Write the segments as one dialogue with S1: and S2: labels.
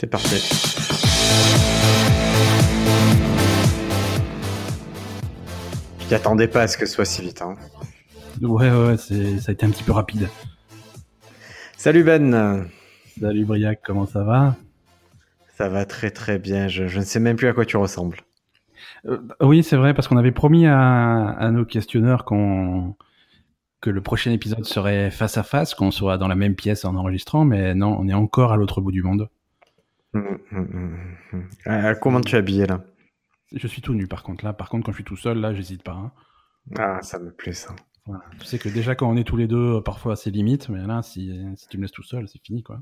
S1: C'est parfait. Je t'attendais pas à ce que ce soit si vite. hein.
S2: Ouais, ouais, ouais, c'est- ça a été un petit peu rapide.
S1: Salut Ben
S2: Salut Briac, comment ça va
S1: Ça va très très bien, je, je ne sais même plus à quoi tu ressembles.
S2: Euh, Oui, c'est vrai, parce qu'on avait promis à, à nos questionneurs qu'on que le prochain épisode serait face à face, qu'on soit dans la même pièce en enregistrant, mais non, on est encore à l'autre bout du monde.
S1: Hum, hum, hum, hum. Ah, comment tu es habillé là
S2: Je suis tout nu par contre, là. Par contre, quand je suis tout seul, là, j'hésite pas. hein.
S1: Ah, ça me plaît ça.
S2: Voilà. Tu sais que déjà, quand on est tous les deux, euh, parfois, c'est limite, mais là, si, si tu me laisses tout seul, c'est fini, quoi.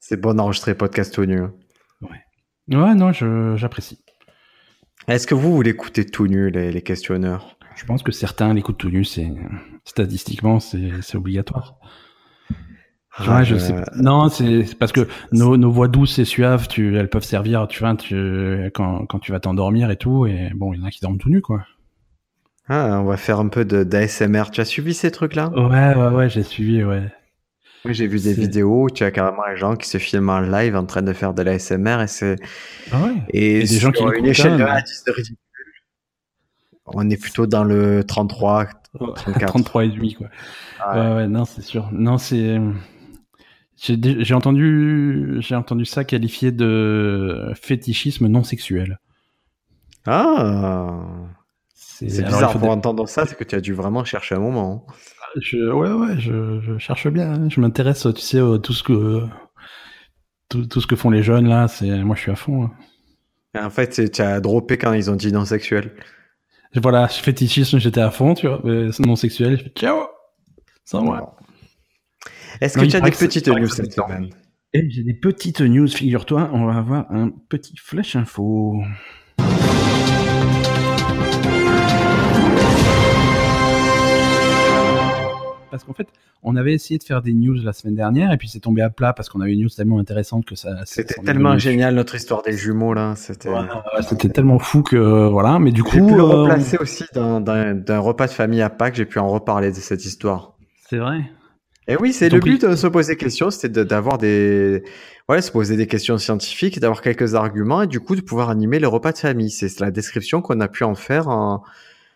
S1: C'est bon d'enregistrer podcast tout nu. hein.
S2: Ouais, non, je- j'apprécie.
S1: Est-ce que vous voulez écouter tout nu les, les questionneurs
S2: Je pense que certains l'écoutent tout nu, c'est statistiquement c'est c'est obligatoire. Tu vois,
S1: Ah,
S2: je
S1: euh,
S2: sais pas. Non, c'est c'est parce que nos, nos voix douces et suaves, tu, elles peuvent servir, tu vois, tu, quand, quand tu vas t'endormir et tout. Et bon, il y en a qui dorment tout nu, quoi.
S1: ah, on va faire un peu de d'ASMR. Tu as suivi ces trucs-là
S2: Ouais, ouais, ouais, j'ai suivi, ouais.
S1: Oui, j'ai vu des
S2: C'est-
S1: vidéos où tu as carrément les gens qui se filment en live en train de faire de l'ASMR et c'est
S2: Ah ouais.
S1: et
S2: des
S1: sur
S2: gens qui
S1: une
S2: l'écoutent,
S1: échelle de
S2: hein,
S1: 1 à 10 de ridicule. On est plutôt dans le 33, 34.
S2: 33 et demi, quoi.
S1: Ah
S2: Ouais,
S1: ouais.
S2: ouais, non, c'est sûr. Non, c'est. J'ai dé- j'ai entendu, j'ai entendu ça qualifié de fétichisme non sexuel.
S1: Ah, c'est
S2: alors, il
S1: bizarre
S2: faut
S1: pour entendre ça, c'est que tu as dû vraiment chercher un moment. hein.
S2: Je, ouais, ouais, je, je cherche bien. hein. Je m'intéresse, tu sais, à tout ce que tout, tout ce que font les jeunes là. C'est moi, je suis à fond. hein.
S1: Et En fait, c'est- tu as droppé quand ils ont dit non sexuel.
S2: Voilà, je fétichisme, j'étais à fond, tu vois. mais c'est non sexuel, je fais ciao, sans moi.
S1: Bon. Est-ce
S2: Non,
S1: que
S2: il
S1: tu as
S2: paraît
S1: des
S2: que c'est-
S1: petites
S2: il paraît
S1: news
S2: que c'est
S1: cette
S2: dedans.
S1: semaine
S2: Et j'ai des petites news, figure-toi. On va avoir un petit flash info. Parce qu'en fait, on avait essayé de faire des news la semaine dernière, et puis c'est tombé à plat parce qu'on a eu une news tellement intéressante que ça.
S1: C'était
S2: ça en est
S1: tellement
S2: devenu-
S1: génial notre histoire des jumeaux là. C'était.
S2: Voilà, ouais, C'était tellement fou que euh, voilà, mais du
S1: J'ai pu
S2: coup,
S1: le
S2: euh, on-
S1: replacer aussi dans- dans- d'un repas de famille à Pâques. J'ai pu en reparler de cette histoire.
S2: c'est vrai.
S1: Et oui, c'est
S2: Ton
S1: le but de se poser des questions, c'était de- d'avoir des, ouais, se poser des questions scientifiques, d'avoir quelques arguments et du coup de pouvoir animer les repas de famille. C'est la description qu'on a pu en faire en-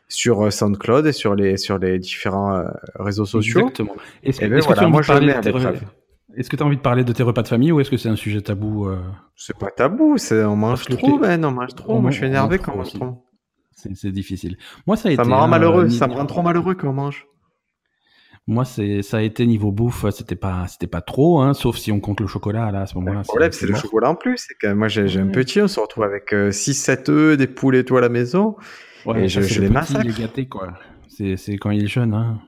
S1: sur euh, SoundCloud et sur les sur les différents euh, réseaux sociaux.
S2: Exactement. Est-ce que,
S1: Eh ben
S2: est-ce que
S1: voilà,
S2: tu as envie
S1: moi,
S2: de
S1: je
S2: parler
S1: mets
S2: de
S1: à
S2: tes
S1: l'épreuve.
S2: repas- Est-ce que tu as envie de parler de tes repas de famille ou est-ce que c'est un sujet tabou euh,
S1: C'est pas tabou, c'est on mange
S2: Parce que
S1: trop,
S2: t'es-
S1: ben on mange trop.
S2: on
S1: Moi,
S2: mange-
S1: je suis
S2: on mange
S1: énervé
S2: trop
S1: quand on mange
S2: aussi.
S1: trop.
S2: c'est, c'est difficile. Moi, ça a
S1: Ça
S2: été.
S1: me rend
S2: hein,
S1: malheureux,
S2: euh,
S1: ça me
S2: ni-
S1: rend trop malheureux quand on mange.
S2: Moi, c'est, ça a été niveau bouffe, euh, c'était pas, c'était pas trop, hein, sauf si on compte le chocolat là, à ce
S1: le
S2: moment-là.
S1: problème, c'est le
S2: mort.
S1: chocolat en plus. C'est que moi, j'ai j'ai un
S2: Ouais.
S1: petit, on se retrouve avec 6-7 œufs, des poules et tout à la maison.
S2: Ouais,
S1: Et
S2: ça,
S1: je-
S2: c'est
S1: je
S2: le
S1: les
S2: petit, il est
S1: massacre.
S2: gâté, quoi. C'est, c'est quand il est jeune. Hein.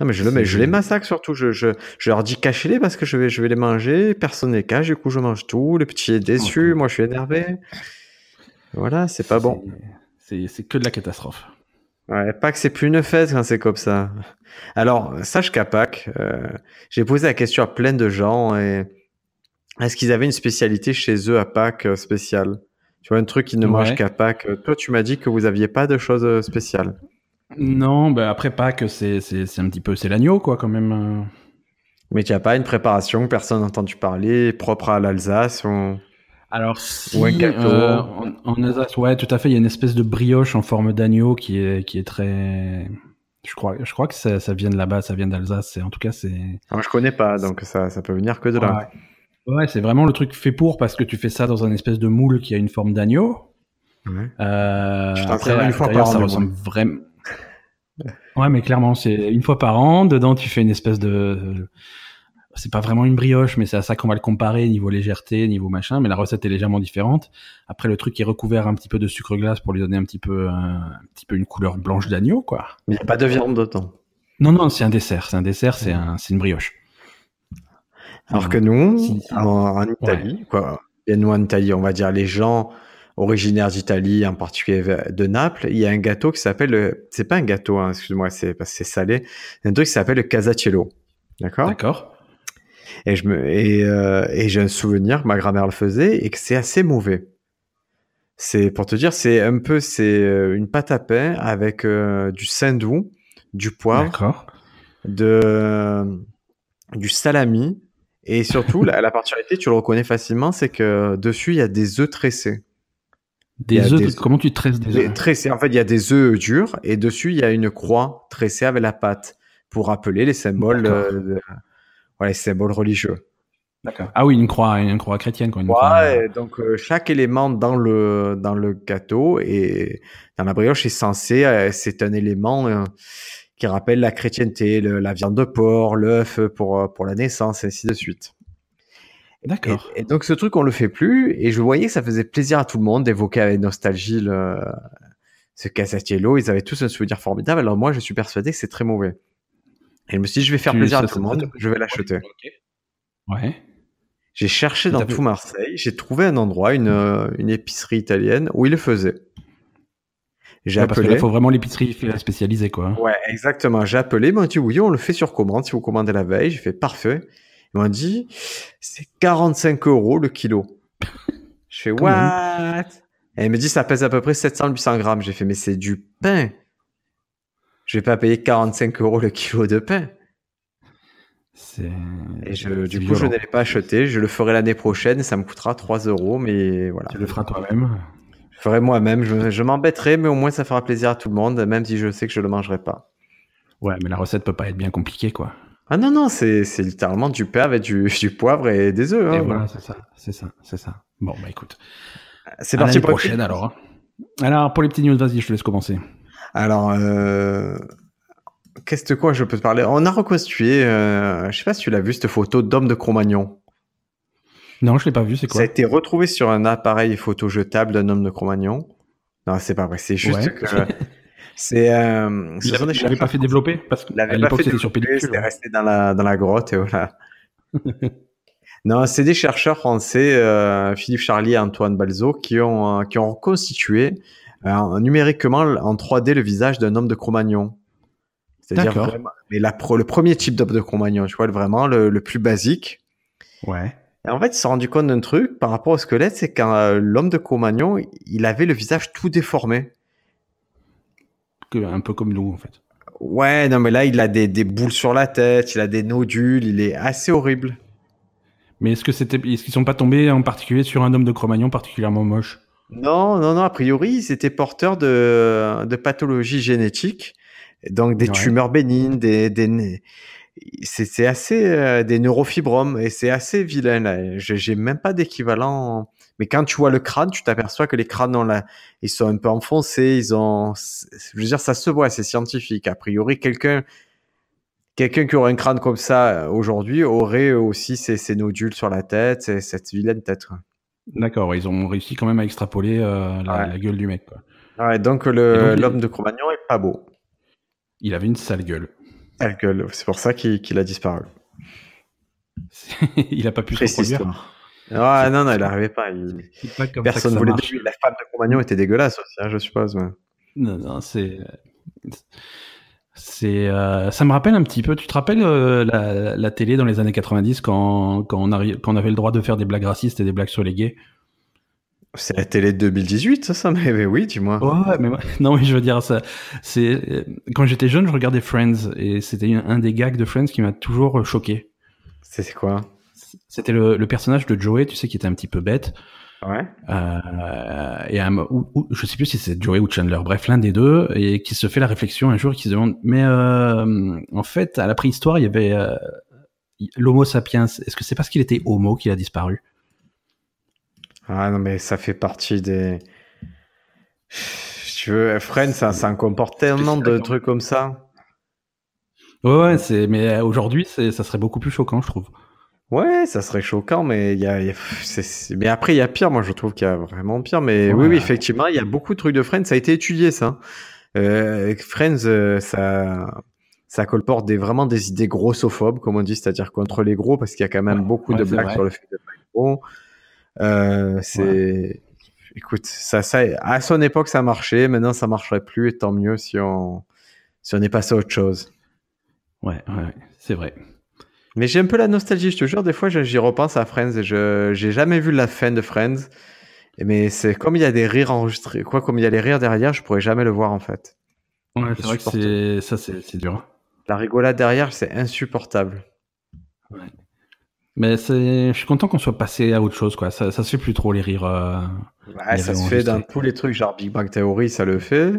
S1: Non, mais je, le, mais je
S2: C'est-
S1: les massacre surtout. Je, je, je leur dis cachez-les parce que je vais, je vais les manger. Personne ne les cache. Du coup, je mange tout. Le petit est déçu. Moi, je suis énervé. Voilà, c'est pas bon.
S2: C'est, c'est, c'est que de la catastrophe.
S1: Ouais, Pâques, c'est plus une fête quand c'est comme ça. Alors, sache qu'à Pâques, euh, j'ai posé la question à plein de gens. Et... Est-ce qu'ils avaient une spécialité chez eux à Pâques euh, spéciale Tu vois, un truc qu'ils ne
S2: Ouais.
S1: mangent qu'à Pâques. Euh, Toi, tu m'as dit que vous aviez pas de choses euh, spéciales.
S2: Non, bah après Pâques, c'est, c'est, c'est un petit peu, c'est l'agneau, quoi, quand même. euh.
S1: Mais tu n'as pas une préparation que personne n'a entendu parler, propre à l'Alsace ou...
S2: Alors, si,
S1: Ou un gâteau.
S2: euh, en, en Alsace, ouais, tout à fait, il y a une espèce de brioche en forme d'agneau qui est, qui est très. Je crois, je crois que ça, ça vient de là-bas, ça vient d'Alsace. c'est- En tout cas, c'est.
S1: Moi, je connais pas, donc ça, ça peut venir que de là.
S2: Ouais, Ouais, c'est vraiment le truc fait pour parce que tu fais ça dans un espèce de moule qui a une forme d'agneau.
S1: Ouais.
S2: Euh,
S1: Je t'en
S2: après,
S1: sers
S2: à
S1: une fois par
S2: l'intérieur,
S1: an,
S2: ça
S1: mais
S2: ressemble vraiment. Ouais, mais clairement, c'est une fois par an. Dedans, tu fais une espèce de. C'est pas vraiment une brioche, mais c'est à ça qu'on va le comparer niveau légèreté, niveau machin. Mais la recette est légèrement différente. Après, le truc est recouvert un petit peu de sucre glace pour lui donner un petit peu, euh, un, un petit peu une couleur blanche d'agneau, quoi.
S1: Mais il n'y a pas de viande dedans.
S2: Non, non, c'est un dessert. C'est un dessert. C'est un, c'est une brioche.
S1: Alors
S2: Ouais.
S1: que nous,
S2: Si, si.
S1: en, en Italie, quoi, et nous en Italie, on va dire les gens originaires d'Italie, en particulier de Naples, il y a un gâteau qui s'appelle, le- c'est pas un gâteau, hein, excuse-moi, c'est parce que c'est salé, un truc qui s'appelle le casacciello. D'accord
S2: D'accord.
S1: Et je me et, euh, et j'ai un souvenir que ma grand-mère le faisait et que c'est assez mauvais. C'est pour te dire, c'est un peu c'est euh, une pâte à pain avec euh, du saindoux, du poivre
S2: D'accord.
S1: de du euh, salami Et surtout, la, la particularité, tu le reconnais facilement, c'est que dessus, il y a des œufs tressés. Il y a
S2: Des œufs,
S1: des-
S2: comment tu tresses des
S1: Les
S2: œufs
S1: tressés, en fait, il y a des œufs durs et dessus, il y a une croix tressée avec la patte pour rappeler les symboles,
S2: D'accord.
S1: euh, de- ouais, les symboles religieux.
S2: D'accord. Ah oui, une croix, une croix chrétienne, quoi. Une croix,
S1: Ouais, et donc euh, chaque élément dans le dans le gâteau et dans la brioche est censé, euh, c'est un élément euh, qui rappelle la chrétienté, le- la viande de porc, l'œuf pour euh, pour la naissance, et ainsi de suite. Et,
S2: D'accord.
S1: et donc ce truc, on le fait plus. Et je voyais que ça faisait plaisir à tout le monde d'évoquer avec nostalgie le, ce Casatiello. Ils avaient tous un souvenir formidable. Alors moi, je suis persuadé que c'est très mauvais. Et je me suis dit, je vais faire
S2: Tu-
S1: plaisir
S2: ça
S1: à tout le
S2: serait-
S1: monde. Je vais l'acheter.
S2: Ouais.
S1: J'ai cherché dans
S2: T'as
S1: tout
S2: fait-
S1: Marseille. J'ai trouvé un endroit, une, euh, une épicerie italienne où ils le faisaient. J'ai
S2: Ouais, parce que là,
S1: appelé.
S2: il faut vraiment l'épicerie spécialisée, quoi.
S1: Ouais, exactement. J'ai appelé, ils m'ont dit oui, on le fait sur commande. Si vous commandez la veille, j'ai fait parfait. Ils m'ont dit c'est 45 euros le kilo. Je fais
S2: Quand
S1: what Et il me dit ça pèse à peu près 700-800 grammes. J'ai fait mais c'est du pain. Je vais pas payer 45 euros le kilo de pain.
S2: C'est.
S1: Et je- du
S2: c'est
S1: coup, je
S2: violent.
S1: ne l'ai pas acheté. Je le ferai l'année prochaine. Ça me coûtera 3 euros, mais voilà.
S2: Ah, Tu le feras toi-même.
S1: Je ferai moi-même. Je, je m'embêterai, mais au moins ça fera plaisir à tout le monde, même si je sais que je le mangerai pas.
S2: Ouais, mais la recette peut pas être bien compliquée, quoi.
S1: Ah non, non, c'est c'est littéralement du pain avec du, du poivre et des œufs.
S2: Et
S1: hein.
S2: voilà, c'est ça, c'est ça, c'est ça. Bon, bah écoute.
S1: C'est
S2: À
S1: parti
S2: l'année
S1: pour les
S2: prochaine,
S1: petites-
S2: alors. hein. Alors, pour les petites news, vas-y, je te laisse commencer.
S1: Alors, euh, qu'est-ce que quoi je peux te parler On a reconstitué, euh, je sais pas si tu l'as vu, cette photo d'homme de Cro-Magnon.
S2: Non, je l'ai pas vu, c'est
S1: Ça a
S2: quoi
S1: été retrouvé sur un appareil photo jetable d'un homme de Cro-Magnon. Non, c'est pas vrai, c'est juste
S2: Ouais.
S1: que... euh, C'est... Euh, ce
S2: Il
S1: sont des
S2: l'avait- il l'avait pas
S1: chercheurs-
S2: fait développer parce
S1: Il l'avait
S2: qu'à
S1: pas
S2: l'époque
S1: fait
S2: c'était sur hein.
S1: développer,
S2: pellicule.
S1: C'était resté dans la, dans la grotte et voilà. non, c'est des chercheurs français, euh, Philippe Charlier et Antoine Balzo, qui ont, euh, qui ont reconstitué euh, numériquement en 3D le visage d'un homme de Cro-Magnon. C'est-à-dire
S2: D'accord.
S1: vraiment- mais la pro- le premier type d'homme de Cro-Magnon, tu vois, le- vraiment le, le plus basique.
S2: Ouais.
S1: Et en fait, ils se sont rendus compte d'un truc par rapport au squelette, c'est quand euh, l'homme de Cro-Magnon, il avait le visage tout déformé.
S2: Que- un peu comme nous en fait.
S1: Ouais, non, mais là, il a des, des boules sur la tête, il a des nodules, il est assez horrible.
S2: Mais est-ce que c'était, est-ce qu'ils sont pas tombés en particulier sur un homme de Cro-Magnon particulièrement moche
S1: Non, non, non, a priori, ils étaient porteurs de, de pathologies génétiques, donc des
S2: Ouais.
S1: tumeurs bénignes, des, des né- c'est c'est assez euh, des neurofibromes et c'est assez vilain là. Je- J'ai même pas d'équivalent. Mais quand tu vois le crâne, tu t'aperçois que les crânes ont la- ils sont un peu enfoncés, ils ont, c'est- je veux dire, ça se voit, c'est scientifique. A priori, quelqu'un, quelqu'un qui aurait un crâne comme ça euh, aujourd'hui aurait aussi ces, ces nodules sur la tête, et cette vilaine tête. quoi.
S2: D'accord, ouais, ils ont réussi quand même à extrapoler euh, la,
S1: Ouais.
S2: la gueule du mec. Quoi.
S1: Ah Ouais, donc
S2: Et
S1: le-
S2: donc, il-
S1: l'homme de Cro-Magnon est pas beau.
S2: Il avait une sale gueule.
S1: Ta gueule, c'est pour ça qu'il qu'il a disparu.
S2: il a pas pu se
S1: Triste
S2: reproduire.
S1: histoire. Ah non, non, il n'arrivait pas. il-
S2: C'est pas comme ça que
S1: Personne
S2: ça
S1: voulait de
S2: marche.
S1: lui. La femme de Cro-Magnon était dégueulasse aussi, hein, je suppose. ouais.
S2: Non, non, c'est. C'est, euh, ça me rappelle un petit peu. Tu te rappelles euh, la, la télé dans les années 90 quand, quand, on arri- quand on avait le droit de faire des blagues racistes et des blagues sur les gays
S1: C'est la télé de 2018, ça, ça mais, mais oui, dis-moi.
S2: Ouais, mais moi- non, mais je veux dire ça. C'est euh, quand j'étais jeune, je regardais Friends et c'était un un des gags de Friends qui m'a toujours euh, choqué.
S1: C'est c'est quoi
S2: C'était le, le personnage de Joey, tu sais, qui était un petit peu bête.
S1: Ouais.
S2: euh, et à un mo- ou, ou- je sais plus si c'est Joey ou Chandler, bref, l'un des deux, et qui se fait la réflexion un jour, qui se demande, mais euh, en fait, à la préhistoire, il y avait euh, l'Homo sapiens. Est-ce que c'est parce qu'il était homo qu'il a disparu
S1: Ah non, mais ça fait partie des. Si tu veux, Friends, ça, ça en comporte tellement de
S2: Spécial,
S1: trucs comme ça.
S2: Ouais, ouais, c'est. Mais euh, aujourd'hui, c'est- ça serait beaucoup plus choquant, je trouve.
S1: Ouais, ça serait choquant, mais il y a, il y a- c'est- c'est- mais après il y a pire. Moi, je trouve qu'il y a vraiment pire. Mais oui,
S2: Ouais.
S1: oui, effectivement, il y a beaucoup de trucs de Friends. Ça a été étudié, ça. hein. Euh, Friends, euh, ça, ça colporte des, vraiment des idées grossophobes, comme on dit, c'est-à-dire contre les gros, parce qu'il y a quand même
S2: Ouais,
S1: beaucoup de
S2: ouais, c'est
S1: blagues
S2: vrai.
S1: sur le fait de pas être gros. Euh, c'est, écoute, ça, ça, à son époque, ça marchait. Maintenant, ça marcherait plus, et tant mieux si on, si on est passé à autre chose.
S2: Ouais, ouais, ouais, c'est vrai.
S1: Mais j'ai un peu la nostalgie, je te jure. Des fois, je- j'y repense à Friends et je j'ai jamais vu la fin de Friends. Mais c'est comme il y a des rires enregistrés, quoi, comme il y a les rires derrière, je pourrais jamais le voir en fait.
S2: Ouais,
S1: Je
S2: c'est vrai que
S1: supporte.
S2: c'est ça, c'est c'est dur.
S1: La rigolade derrière, c'est insupportable.
S2: Mais c'est, je suis content qu'on soit passé à autre chose, quoi. Ça, ça se fait plus trop les rires. euh,
S1: Ouais,
S2: les
S1: ça
S2: rires
S1: se fait dans
S2: enregistrés.
S1: tous les trucs, genre Big Bang Theory, ça le fait.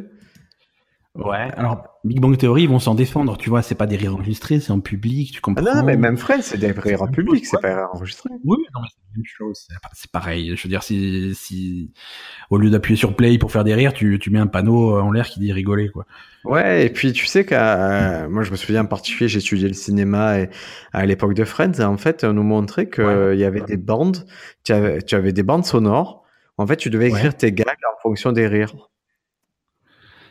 S2: Ouais. Alors, Big Bang Theory, ils vont s'en défendre, tu vois. C'est pas des rires enregistrés, c'est en public, tu
S1: Ah
S2: comprends.
S1: non, mais même Friends, c'est des rires en
S2: Mmh. Ouais.
S1: public, c'est pas enregistré.
S2: Oui, mais non, mais c'est la même chose. C'est pas- C'est pareil. Je veux dire, si, si, au lieu d'appuyer sur play pour faire des rires, tu, tu mets un panneau euh, en l'air qui dit rigoler, quoi.
S1: Ouais, et puis tu sais qu'à euh, moi je me souviens en particulier, j'ai étudié le cinéma et, à l'époque de Friends, et en fait on nous montrait que
S2: Ouais.
S1: euh, il y avait des bandes, tu avais, tu avais des bandes sonores. En fait, tu devais
S2: Ouais.
S1: écrire tes gags en fonction des rires.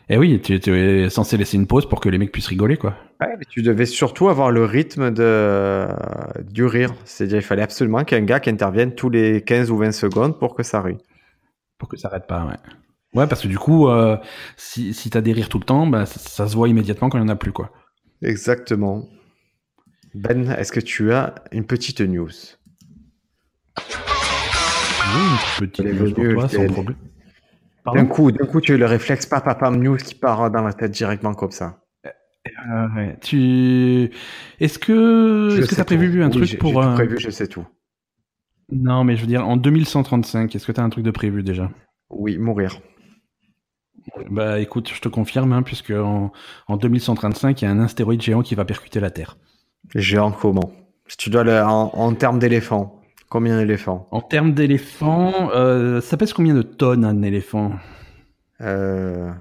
S2: Et Eh oui, tu, tu es censé laisser une pause pour que les mecs puissent rigoler, quoi.
S1: Ouais, mais tu devais surtout avoir le rythme de du rire, c'est-à-dire il fallait absolument qu'un gars qui intervienne tous les 15 ou 20 secondes pour que ça rie.
S2: Pour que ça arrête pas, ouais. Ouais, parce que du coup, euh, si, si t'as des rires tout le temps, bah, ça, ça se voit immédiatement quand il y en a plus, quoi.
S1: Exactement. Ben, est-ce que tu as une petite news
S2: une petite
S1: Elle est
S2: news pour
S1: venue,
S2: toi,
S1: je t'ai-
S2: sans problème.
S1: D'un
S2: Pardon
S1: coup, d'un coup, tu as eu le réflexe papa pam news qui part dans la tête directement comme ça.
S2: Euh, ouais. Tu... Est-ce que
S1: Je
S2: est-ce que
S1: sais
S2: t'as prévu
S1: tout.
S2: un
S1: Oui,
S2: truc
S1: j'ai-
S2: pour...
S1: j'ai tout
S2: euh,
S1: prévu, je sais tout.
S2: Non, mais je veux dire, en 2135, est-ce que t'as un truc de prévu déjà
S1: Oui, mourir.
S2: Bah écoute, je te confirme, hein, puisque en, en 2135, il y a un astéroïde géant qui va percuter la Terre.
S1: Géant comment Si tu dois le en, en termes d'éléphant, combien d'éléphants
S2: En termes d'éléphants, euh, ça pèse combien de tonnes un éléphant
S1: Euh,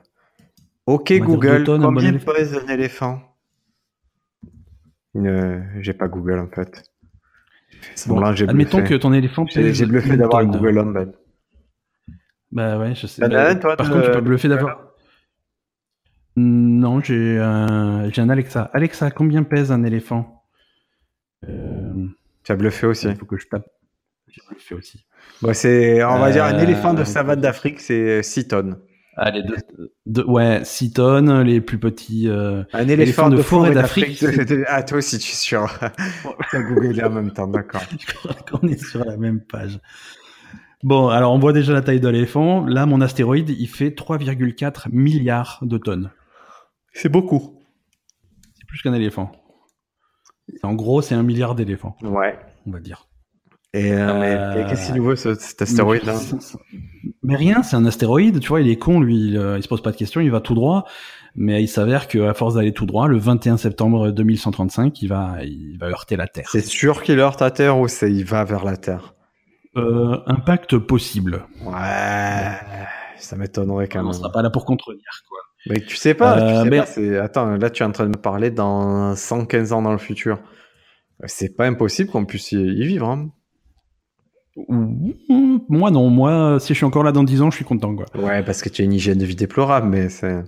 S1: Ok
S2: On va dire
S1: Google,
S2: deux tonnes, un bon
S1: combien
S2: éléphant.
S1: pèse un éléphant Une- J'ai pas Google en fait.
S2: Bon,
S1: Semblant, j'ai
S2: Admettons
S1: bluffé.
S2: que ton éléphant
S1: J'ai
S2: pèse
S1: j'ai bluffé
S2: une
S1: d'avoir
S2: tonne.
S1: Google Home. Ben.
S2: Bah ouais, je sais.
S1: T'en as
S2: Bah,
S1: un, toi,
S2: par
S1: de-
S2: contre, tu peux
S1: de
S2: bluffer
S1: Google
S2: d'avoir. Non, j'ai un, j'ai un Alexa. Alexa, combien pèse un éléphant Euh,
S1: Tu as bluffé aussi.
S2: Il faut que je tape. J'ai bluffé aussi.
S1: Bon, c'est, on va
S2: Euh,
S1: dire, un éléphant de
S2: euh,
S1: savane d'Afrique, c'est 6 tonnes.
S2: Allez, Ah, deux, deux- ouais, 6 tonnes, les plus petits. euh,
S1: Un éléphant, de, forêt d'Afrique.
S2: d'Afrique,
S1: c'est- Ah, toi aussi, tu es sûr. T'as googlé en même temps, d'accord.
S2: On est sur la même page. Bon, alors on voit déjà la taille de l'éléphant. Là, mon astéroïde, il fait 3,4 milliards de tonnes.
S1: C'est beaucoup.
S2: C'est plus qu'un éléphant. En gros, c'est un milliard d'éléphants,
S1: Ouais.
S2: on va dire.
S1: Et, euh,
S2: Euh,
S1: mais- et qu'est-ce qu'il nous veut, ce- cet astéroïde hein
S2: Mais rien, c'est un astéroïde, tu vois, il est con, lui, il, euh, il se pose pas de questions, il va tout droit. Mais il s'avère qu'à force d'aller tout droit, le 21 septembre 2135, il va, il va heurter la Terre.
S1: C'est sûr qu'il heurte à terre ou c'est il va vers la terre
S2: Euh, impact possible.
S1: Ouais. Ça m'étonnerait quand
S2: on
S1: même.
S2: sera pas là pour contredire, quoi.
S1: Mais tu sais pas, tu
S2: Euh,
S1: sais
S2: mais-
S1: pas, c'est- Attends, là, tu es en train de me parler dans 115 ans dans le futur. C'est pas impossible qu'on puisse y- y vivre. hein.
S2: Ouh, Moi, non, moi, si je suis encore là dans 10 ans, je suis content, quoi.
S1: Ouais, parce que tu as une hygiène de vie déplorable, mais c'est.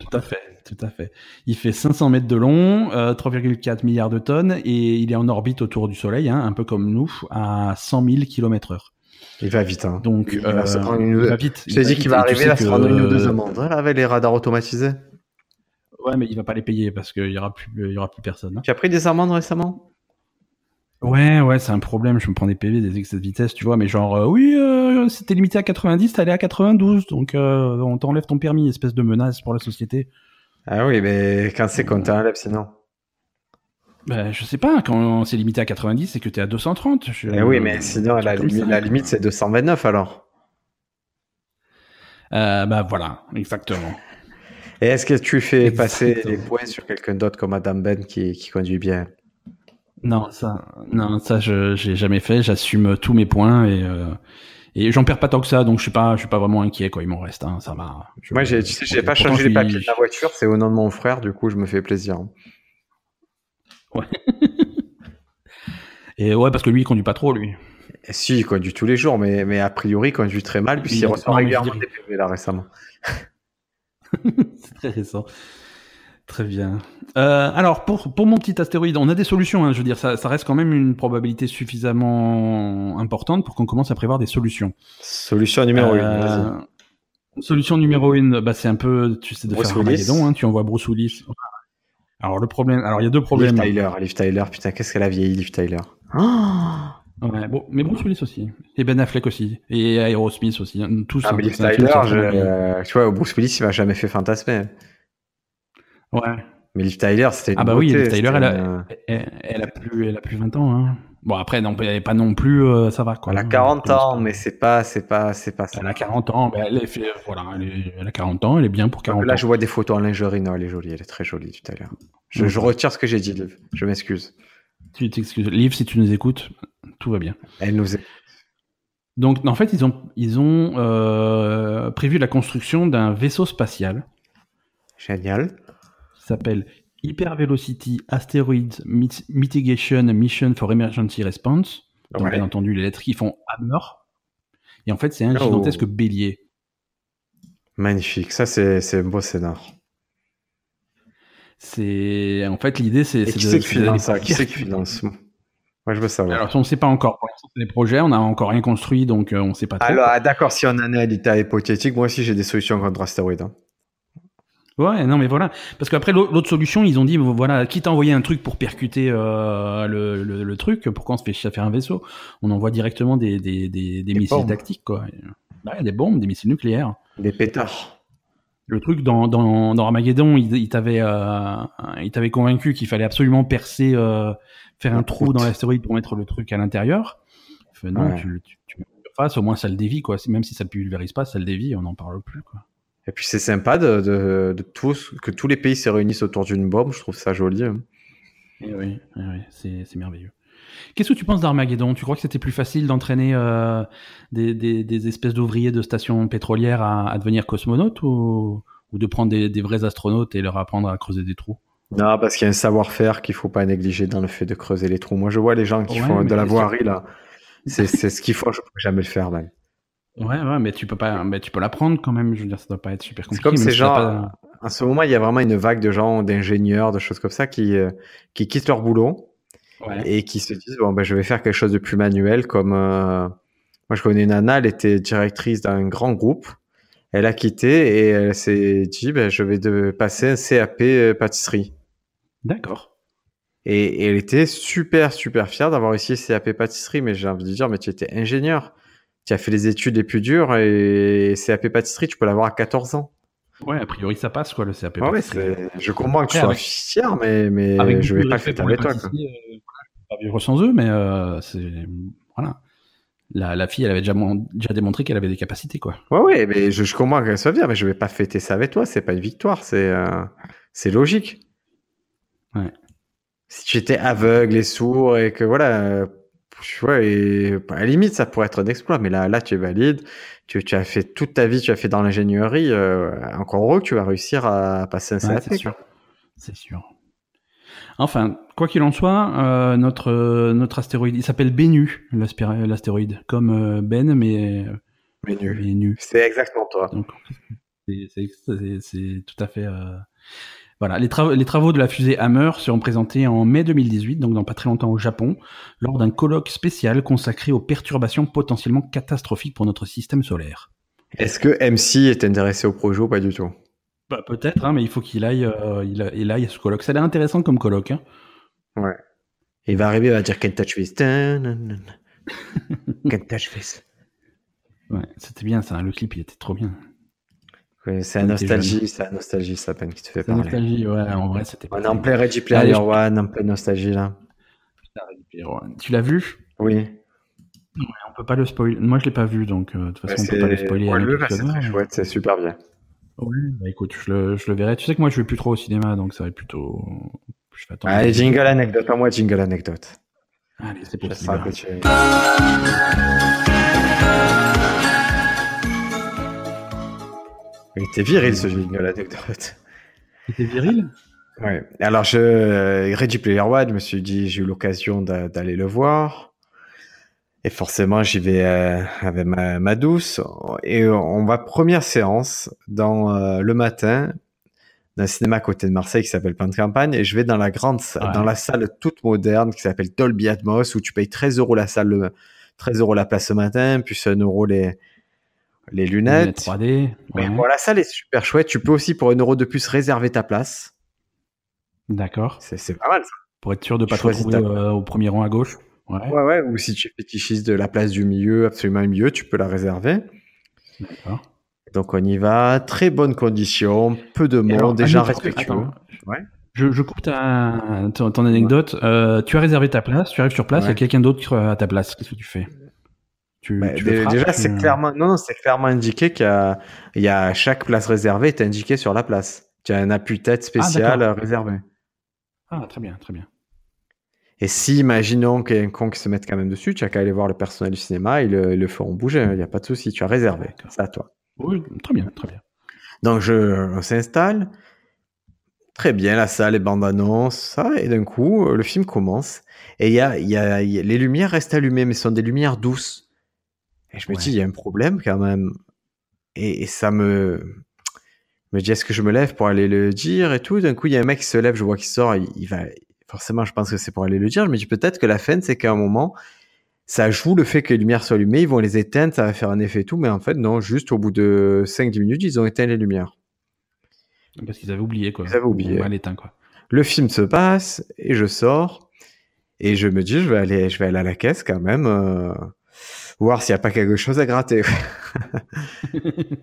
S2: Tout à fait, tout à fait. Il fait 500 mètres de long, euh, 3,4 milliards de tonnes, et il est en orbite autour du Soleil, hein, un peu comme nous, à 100 000 km heure.
S1: Il va vite, hein.
S2: Donc,
S1: Il va se prendre une-
S2: il va vite.
S1: Je
S2: il
S1: t'ai
S2: va
S1: dit
S2: vite,
S1: qu'il va
S2: et tu
S1: arriver
S2: sais
S1: à se
S2: que-
S1: prendre une ou deux amendes, hein, là, avec les radars automatisés.
S2: Ouais, mais il va pas les payer parce qu'il y aura plus, il y aura plus personne. hein.
S1: Tu as pris des amendes récemment
S2: Ouais, ouais, c'est un problème. Je me prends des PV, des excès de vitesse, tu vois. Mais genre, euh, oui, euh, c'était limité à 90, t'allais à 92, donc euh, on t'enlève ton permis, espèce de menace pour la société.
S1: Ah oui, mais quand c'est qu'on t'enlève, sinon.
S2: Ben, je sais pas. Quand c'est limité à 90, c'est que t'es à 230. Je... euh,
S1: Eh oui, mais sinon,
S2: un
S1: la,
S2: truc comme
S1: limi-
S2: ça.
S1: la limite, c'est 229 alors.
S2: Euh, bah voilà, exactement.
S1: Et est-ce que tu fais
S2: Exactement.
S1: passer les points sur quelqu'un d'autre comme Adam Ben qui, qui conduit bien
S2: Non, ça, non, ça, je j'ai jamais fait. J'assume tous mes points et euh, et j'en perds pas tant que ça, donc je suis pas, je suis pas vraiment inquiet quoi. Il m'en reste, hein, ça va. Je-
S1: Moi, j'ai, tu sais, j'ai pas
S2: Pourtant,
S1: changé
S2: je
S1: les
S2: suis-
S1: papiers de la voiture, c'est au nom de mon frère, du coup, je me fais plaisir.
S2: Et ouais, parce que lui, il conduit pas trop, lui.
S1: Et si, il conduit tous les jours, mais, mais a priori, il conduit très mal, puisqu'il
S2: Il-
S1: reçoit
S2: non, mais je veux
S1: régulièrement des
S2: dire-
S1: PV là récemment.
S2: C'est très récent. Très bien. Euh, alors, pour, pour mon petit astéroïde, on a des solutions. hein, je veux dire, ça, ça reste quand même une probabilité suffisamment importante pour qu'on commence à prévoir des solutions.
S1: Solution numéro une,
S2: Euh,
S1: vas-y.
S2: Solution numéro une, bah, c'est un peu, tu sais, de
S1: Bruce
S2: faire
S1: Willis.
S2: Armageddon, hein, tu envoies Bruce Willis. Alors, le problème, alors il y a deux
S1: Liv
S2: problèmes.
S1: Tyler, Liv Tyler, putain, qu'est-ce qu'elle a vieilli, Liv Tyler. Ah
S2: Ouais, bon, mais Bruce Willis aussi. Et Ben Affleck aussi. Et Aerosmith aussi. hein, tous.
S1: Ah,
S2: hein,
S1: mais Liv
S2: c'est un film
S1: Tyler,
S2: qui a
S1: je-
S2: vraiment bien-
S1: euh, tu vois, Bruce Willis, il m'a jamais fait fantasmer.
S2: Ouais.
S1: Mais Liv Tyler, c'était une
S2: Ah bah oui,
S1: beauté,
S2: Liv Tyler,
S1: c'était
S2: elle a-
S1: une- euh,
S2: Elle, elle a plus, elle a plus 20 ans, hein. Bon, après, non, elle est pas non plus, euh, ça va quoi.
S1: Elle a 40 ans, mais c'est pas, c'est pas, c'est pas ça.
S2: Elle a 40 ans, mais elle, est, fait- voilà, elle, est- elle a 40 ans, elle est bien pour 40
S1: Là,
S2: ans.
S1: je vois des photos en lingerie. Non, elle est jolie, elle est très jolie tout à l'heure. Je, je retire ce que j'ai dit, Liv. Je m'excuse.
S2: Tu t'excuses. Liv, si tu nous écoutes, tout va bien.
S1: Elle nous. est-
S2: Donc, en fait, ils ont, ils ont euh, prévu la construction d'un vaisseau spatial
S1: Génial.
S2: qui s'appelle Hypervelocity Asteroids Mit- Mitigation Mission for Emergency Response. Donc,
S1: Ouais.
S2: bien entendu, les lettres qui font Hammer. Et en fait, c'est un
S1: Oh.
S2: gigantesque bélier.
S1: Magnifique. Ça, c'est, c'est un beau scénar.
S2: C'est en fait l'idée, c'est
S1: Et
S2: c'est
S1: qui
S2: de-
S1: c'est qui
S2: c'est d'aller
S1: finance ça Qui
S2: partir.
S1: c'est qui finance Moi, je veux savoir.
S2: Alors, on ne sait pas encore. Pour l'instant, c'est des projets, on n'a encore rien construit, donc euh, on ne sait pas trop.
S1: Alors, ah, d'accord, si on en est à l'état hypothétique, moi aussi j'ai des solutions contre astéroïdes. hein.
S2: Ouais, non, mais voilà. Parce qu'après, l'au- l'autre solution, ils ont dit, voilà, quitte à envoyer un truc pour percuter euh, le, le- le truc, pourquoi on se fait chier à faire un vaisseau On envoie directement des, des, des, des missiles
S1: bombes.
S2: tactiques, quoi. Ouais, des bombes, des missiles nucléaires.
S1: Des pétards.
S2: Le truc dans, dans, dans Armageddon, il, il t'avait euh, il t'avait convaincu qu'il fallait absolument percer, euh, faire un
S1: La
S2: trou
S1: croûte.
S2: dans l'astéroïde pour mettre le truc à l'intérieur. Fait, Non,
S1: Ouais.
S2: tu, tu, tu mets en face, au moins ça le dévie, quoi. Même si ça ne pulvérise pas, ça le dévie, on n'en parle plus, quoi.
S1: Et puis c'est sympa de, de, de tous, que tous les pays se réunissent autour d'une bombe, je trouve ça joli. hein.
S2: Eh oui, eh oui, c'est c'est merveilleux. Qu'est-ce que tu penses d'Armageddon Tu crois que c'était plus facile d'entraîner euh, des, des- des espèces d'ouvriers de stations pétrolières à, à devenir cosmonautes ou, ou de prendre des, des vrais astronautes et leur apprendre à creuser des trous
S1: Non, parce qu'il y a un savoir-faire qu'il faut pas négliger dans le fait de creuser les trous. Moi, je vois les gens qui
S2: Ouais,
S1: font de
S2: mais
S1: la
S2: c'est-
S1: voirie, là. C'est, c'est ce qu'il faut, je pourrais jamais le faire, même.
S2: Ouais, ouais, mais tu peux pas, mais tu peux l'apprendre quand même. Je veux dire, ça doit pas être super compliqué.
S1: comme
S2: même
S1: ces
S2: si t'as
S1: gens-
S2: pas-
S1: En ce moment, il y a vraiment une vague de gens, d'ingénieurs, de choses comme ça, qui, euh, qui quittent leur boulot
S2: Ouais.
S1: et qui se disent bon ben je vais faire quelque chose de plus manuel comme euh, moi je connais une nana elle était directrice d'un grand groupe elle a quitté et elle s'est dit ben, je vais de passer un CAP euh, pâtisserie
S2: D'accord.
S1: et, et elle était super super fière d'avoir réussi le CAP pâtisserie mais j'ai envie de dire mais tu étais ingénieur tu as fait les études les plus dures et CAP pâtisserie tu peux l'avoir à 14 ans
S2: Ouais, a priori ça passe quoi le CAP.
S1: Ah ouais,
S2: pâtisserie.
S1: c'est- je comprends que tu sois
S2: Après, avec-
S1: fier mais, mais
S2: Avec
S1: je
S2: beaucoup
S1: vais pas
S2: de
S1: le
S2: respect
S1: faire
S2: pour les
S1: avec toi quoi.
S2: pâtissiers, euh, voilà, je peux pas vivre sans eux, mais euh, c'est voilà. La, la fille, elle avait déjà, mon- déjà démontré qu'elle avait des capacités quoi.
S1: Ouais, ouais, mais je, je comprends qu'elle soit bien, mais je vais pas fêter ça avec toi. C'est pas une victoire, c'est euh, c'est logique.
S2: Ouais.
S1: Si tu étais aveugle et sourd et que voilà, euh, tu vois, et bah, à la limite ça pourrait être un exploit, mais là, là tu es valide. Tu, tu as fait toute ta vie, tu as fait dans l'ingénierie. euh, encore heureux que tu vas réussir à passer un
S2: Ouais,
S1: CAP.
S2: c'est sûr. C'est sûr. Enfin, quoi qu'il en soit, euh, notre euh, notre astéroïde, il s'appelle Bennu, l'aspé- l'astéroïde, comme euh, Ben mais
S1: Mais nul.
S2: mais nu.
S1: C'est exactement toi.
S2: Donc, c'est- c'est c'est- c'est tout à fait. euh, Voilà, les, travaux les travaux de la fusée Hammer seront présentés en mai 2018, donc dans pas très longtemps au Japon, lors d'un colloque spécial consacré aux perturbations potentiellement catastrophiques pour notre système solaire.
S1: Est-ce que MC est intéressé au projet ou pas du tout
S2: Bah, Peut-être, hein, mais il faut qu'il aille, euh, il, a- il aille à ce colloque. Ça a l'air intéressant comme colloque. Hein.
S1: Il va arriver, il va dire Can't touch this. Dun, dun, dun. Can't touch this.
S2: Ouais, C'était bien ça, hein, le clip il était trop bien.
S1: Oui, c'est la
S2: Quand t'es
S1: nostalgie, c'est la nostalgie, ça peine qui te fait
S2: La
S1: parler.
S2: nostalgie, ouais, en vrai c'était
S1: On est
S2: très
S1: en
S2: bien.
S1: plein Ready Player
S2: Allez, je-
S1: One, en pleine nostalgie là.
S2: Tu l'as vu
S1: Oui.
S2: On peut pas le spoiler. Moi je l'ai pas vu, donc euh, de toute façon on peut pas le spoiler. hein, à
S1: Ouais, le
S2: notre
S1: c'est très
S2: honneur.
S1: chouette, c'est super bien.
S2: Oui, bah écoute, je le, je le verrai. Tu sais que moi, je vais plus trop au cinéma, donc ça va être plutôt. Je vais attendre.
S1: Allez, jingle anecdote, à moi jingle anecdote.
S2: Allez, c'est
S1: Je
S2: possible.
S1: sens que tu- Il était viril ce jingle anecdote.
S2: C'était viril
S1: Ouais. Alors, je, euh, Ready Player One, je me suis dit, j'ai eu l'occasion d'a- d'aller le voir. Et forcément, j'y vais euh, avec ma, ma douce. Et on va première séance dans euh, le matin d'un cinéma à côté de Marseille qui s'appelle Pain de Campagne. Et je vais dans la grande, sa-
S2: Ouais.
S1: dans la salle toute moderne qui s'appelle Dolby Atmos où tu payes 13 euros la salle, le- 13 euros la place ce matin, puis 1 euro les, les
S2: La
S1: lunettes.
S2: 3D.
S1: Mais
S2: ouais.
S1: bon, la salle est super chouette. Tu peux aussi pour 1 euro de plus réserver ta place.
S2: D'accord.
S1: C'est c'est pas mal.
S2: Pour être sûr de pas te
S1: Choisis
S2: retrouver
S1: ta-
S2: euh, au premier rang à gauche. Ouais.
S1: Ouais, ouais, ou si tu es fétichiste de la place du milieu, absolument au milieu, tu peux la réserver.
S2: D'accord.
S1: Donc on y va, très bonne condition, peu de
S2: Et alors,
S1: monde, des
S2: à
S1: gens
S2: noter-
S1: respectueux.
S2: attends,
S1: Ouais.
S2: Je, je coupe ta, ton, ton anecdote. Euh, tu as réservé ta place, tu arrives sur place, il y a
S1: Ouais.
S2: quelqu'un d'autre à ta place. Qu'est-ce que tu fais tu,
S1: Bah,
S2: tu
S1: dé-
S2: le frappes,
S1: déjà,
S2: tu-
S1: c'est clairement, non, non, c'est clairement indiqué qu'il y a, il y a chaque place réservée est indiquée sur la place. Tu as un appui-tête spécial euh,
S2: Ah, d'accord.
S1: réservé.
S2: Ah, très bien, très bien.
S1: Et si, imaginons qu'il y ait un con qui se mette quand même dessus, tu as qu'à aller voir le personnel du cinéma, ils le, ils le feront bouger, hein, il n'y a pas de souci, tu as réservé.
S2: D'accord.
S1: C'est à toi.
S2: Oui, très bien, très bien.
S1: Donc, je, on s'installe. Très bien, la salle, les bandes annonces, ça. Et d'un coup, euh, le film commence. Et il y a, il y a- il y a- les lumières restent allumées, mais ce sont des lumières douces. Et je me
S2: Ouais.
S1: dis, il y a un problème quand même. Et, et ça me, me dit, est-ce que je me lève pour aller le dire et tout. D'un coup, il y a un mec qui se lève, je vois qu'il sort. Il, il va, forcément, je pense que c'est pour aller le dire. Je me dis, peut-être que la fin, c'est qu'à un moment, ça joue le fait que les lumières soient allumées, ils vont les éteindre, ça va faire un effet et tout. Mais en fait, non, juste au bout de 5-10 minutes, ils ont éteint les lumières.
S2: Parce qu'ils avaient oublié, quoi.
S1: Ils avaient oublié.
S2: On va l'éteindre, quoi.
S1: Le film se passe et je sors et je me dis je vais aller je vais aller à la caisse quand même euh, voir s'il n'y a pas quelque chose à gratter.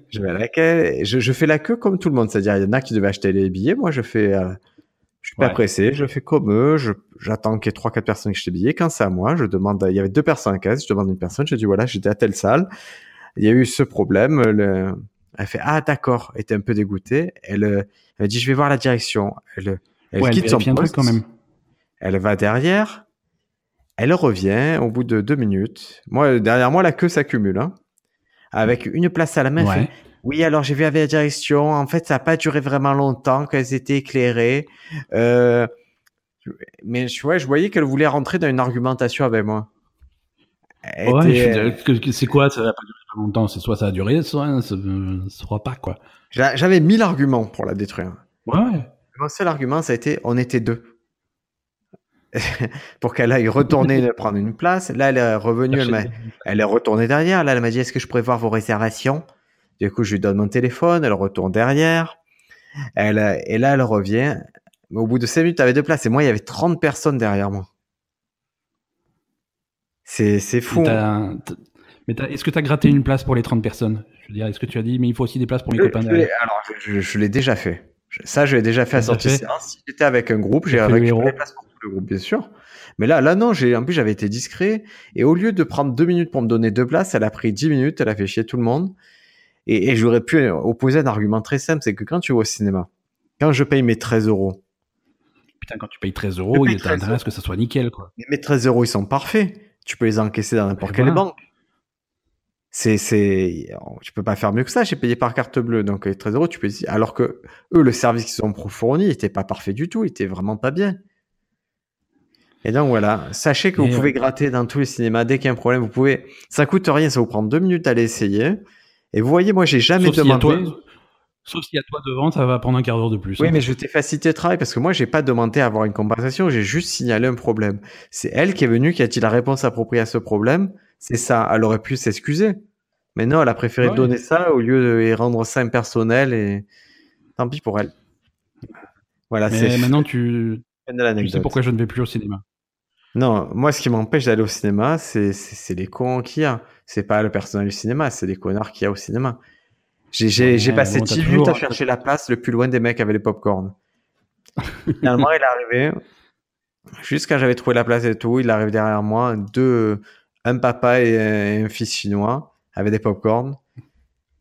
S1: je vais à la caisse, je, je fais la queue comme tout le monde, c'est-à-dire il y en a qui devaient acheter les billets, moi je fais euh, je suis pas
S2: Ouais.
S1: pressé, je fais comme eux, je- j'attends qu'il y ait trois quatre personnes qui achètent les billets, quand c'est à moi, je demande à- il y avait deux personnes à la caisse, je demande à une personne, je dis voilà, j'étais à telle salle. Il y a eu ce problème, le- elle fait ah d'accord, elle était un peu dégoûtée, elle, euh, elle dit je vais voir la direction. Elle, elle
S2: Ouais,
S1: quitte son
S2: vérifie un truc
S1: poste
S2: quand même.
S1: elle va derrière, elle revient au bout de deux minutes. Moi, derrière moi, la queue s'accumule. hein. Avec une place à la main, elle
S2: Ouais.
S1: fait, oui, alors j'ai vu avec la direction. En fait, ça n'a pas duré vraiment longtemps qu'elles étaient éclairées. Euh, mais je, ouais, je voyais qu'elle voulait rentrer dans une argumentation avec moi. Elle
S2: Ouais,
S1: était- euh,
S2: je suis- que- que- c'est quoi Ça n'a pas duré très longtemps. C'est soit ça a duré, soit ça ne sera pas, quoi.
S1: j'a- J'avais mille arguments pour la détruire.
S2: Ouais, ouais.
S1: Mon seul argument, ça a été on était deux. pour qu'elle aille retourner prendre une place. Là, elle est revenue, elle m'a Elle est retournée derrière. Là, elle m'a dit, est-ce que je pourrais voir vos réservations Du coup, je lui donne mon téléphone. Elle retourne derrière. Elle, euh, et là, elle revient. Mais au bout de 5 minutes, elle avait deux places. Et moi, il y avait 30 personnes derrière moi. C'est, c'est fou.
S2: Mais t'as- t'as- Mais t'as- est-ce que tu as gratté une place pour les 30 personnes Je veux dire, est-ce que tu as dit, mais il faut aussi des places pour mes
S1: Je-
S2: copains
S1: Euh, je
S2: derrière
S1: l'ai- alors, je, je- je l'ai déjà fait. Je- Ça, je l'ai déjà fait à
S2: Tout à
S1: sortie
S2: fait.
S1: séance. Si j'étais avec un groupe, j'ai
S2: fait le
S1: récupéré
S2: héros.
S1: la place pour tout le groupe, bien sûr. Mais là, là, non, j'ai, en plus, j'avais été discret. Et au lieu de prendre deux minutes pour me donner deux places, elle a pris dix minutes, elle a fait chier tout le monde. Et, et j'aurais pu opposer un argument très simple, c'est que quand tu vas au cinéma, quand je paye mes 13 euros,
S2: Putain, quand tu payes 13
S1: Je
S2: euros,
S1: paye
S2: il est
S1: 13
S2: intérêt à ce que ça soit nickel, quoi.
S1: mes 13 euros, ils sont parfaits. Tu peux les encaisser dans n'importe
S2: Et
S1: quelle
S2: voilà.
S1: banque. C'est, c'est, tu peux pas faire mieux que ça. J'ai payé par carte bleue, donc les 13 euros, tu peux. Alors que eux, le service qu'ils ont fourni, il était pas parfait du tout. Il était vraiment pas bien. Et donc voilà. Sachez que
S2: Et, euh,
S1: vous pouvez gratter dans tous les cinémas dès qu'il y a un problème. Vous pouvez. Ça coûte rien. Ça vous prend deux minutes à l'essayer. Et vous voyez, moi, j'ai jamais
S2: Sauf s'il y a
S1: demandé.
S2: toi, sauf s'il y a toi devant, ça va prendre un quart d'heure de plus.
S1: Oui,
S2: hein.
S1: mais je t'ai facilité le travail parce que moi, j'ai pas demandé à avoir une compensation, j'ai juste signalé un problème. C'est elle qui est venue, qui a dit la réponse appropriée à ce problème. C'est ça. Elle aurait pu s'excuser. Mais non, elle a préféré
S2: Ouais.
S1: donner ça au lieu de et rendre ça impersonnel et tant pis pour elle. Voilà,
S2: Mais
S1: Ah, c'est la
S2: maintenant, tu,
S1: fin de
S2: tu sais
S1: l'anecdote.
S2: pourquoi je ne vais plus au cinéma.
S1: Non, moi, ce qui m'empêche d'aller au cinéma, c'est- c'est c'est les cons qu'il y a. C'est pas le personnel du cinéma, c'est les connards qu'il y a au cinéma. J'ai- J'ai j'ai
S2: Ouais,
S1: passé
S2: bon, t'as
S1: 10 minutes
S2: toujours-
S1: à chercher la place le plus loin des mecs avec les popcorn. Finalement, il est arrivé. Jusqu'à j'avais trouvé la place et tout, il arrive derrière moi, deux, un papa et un fils chinois avec des popcorn.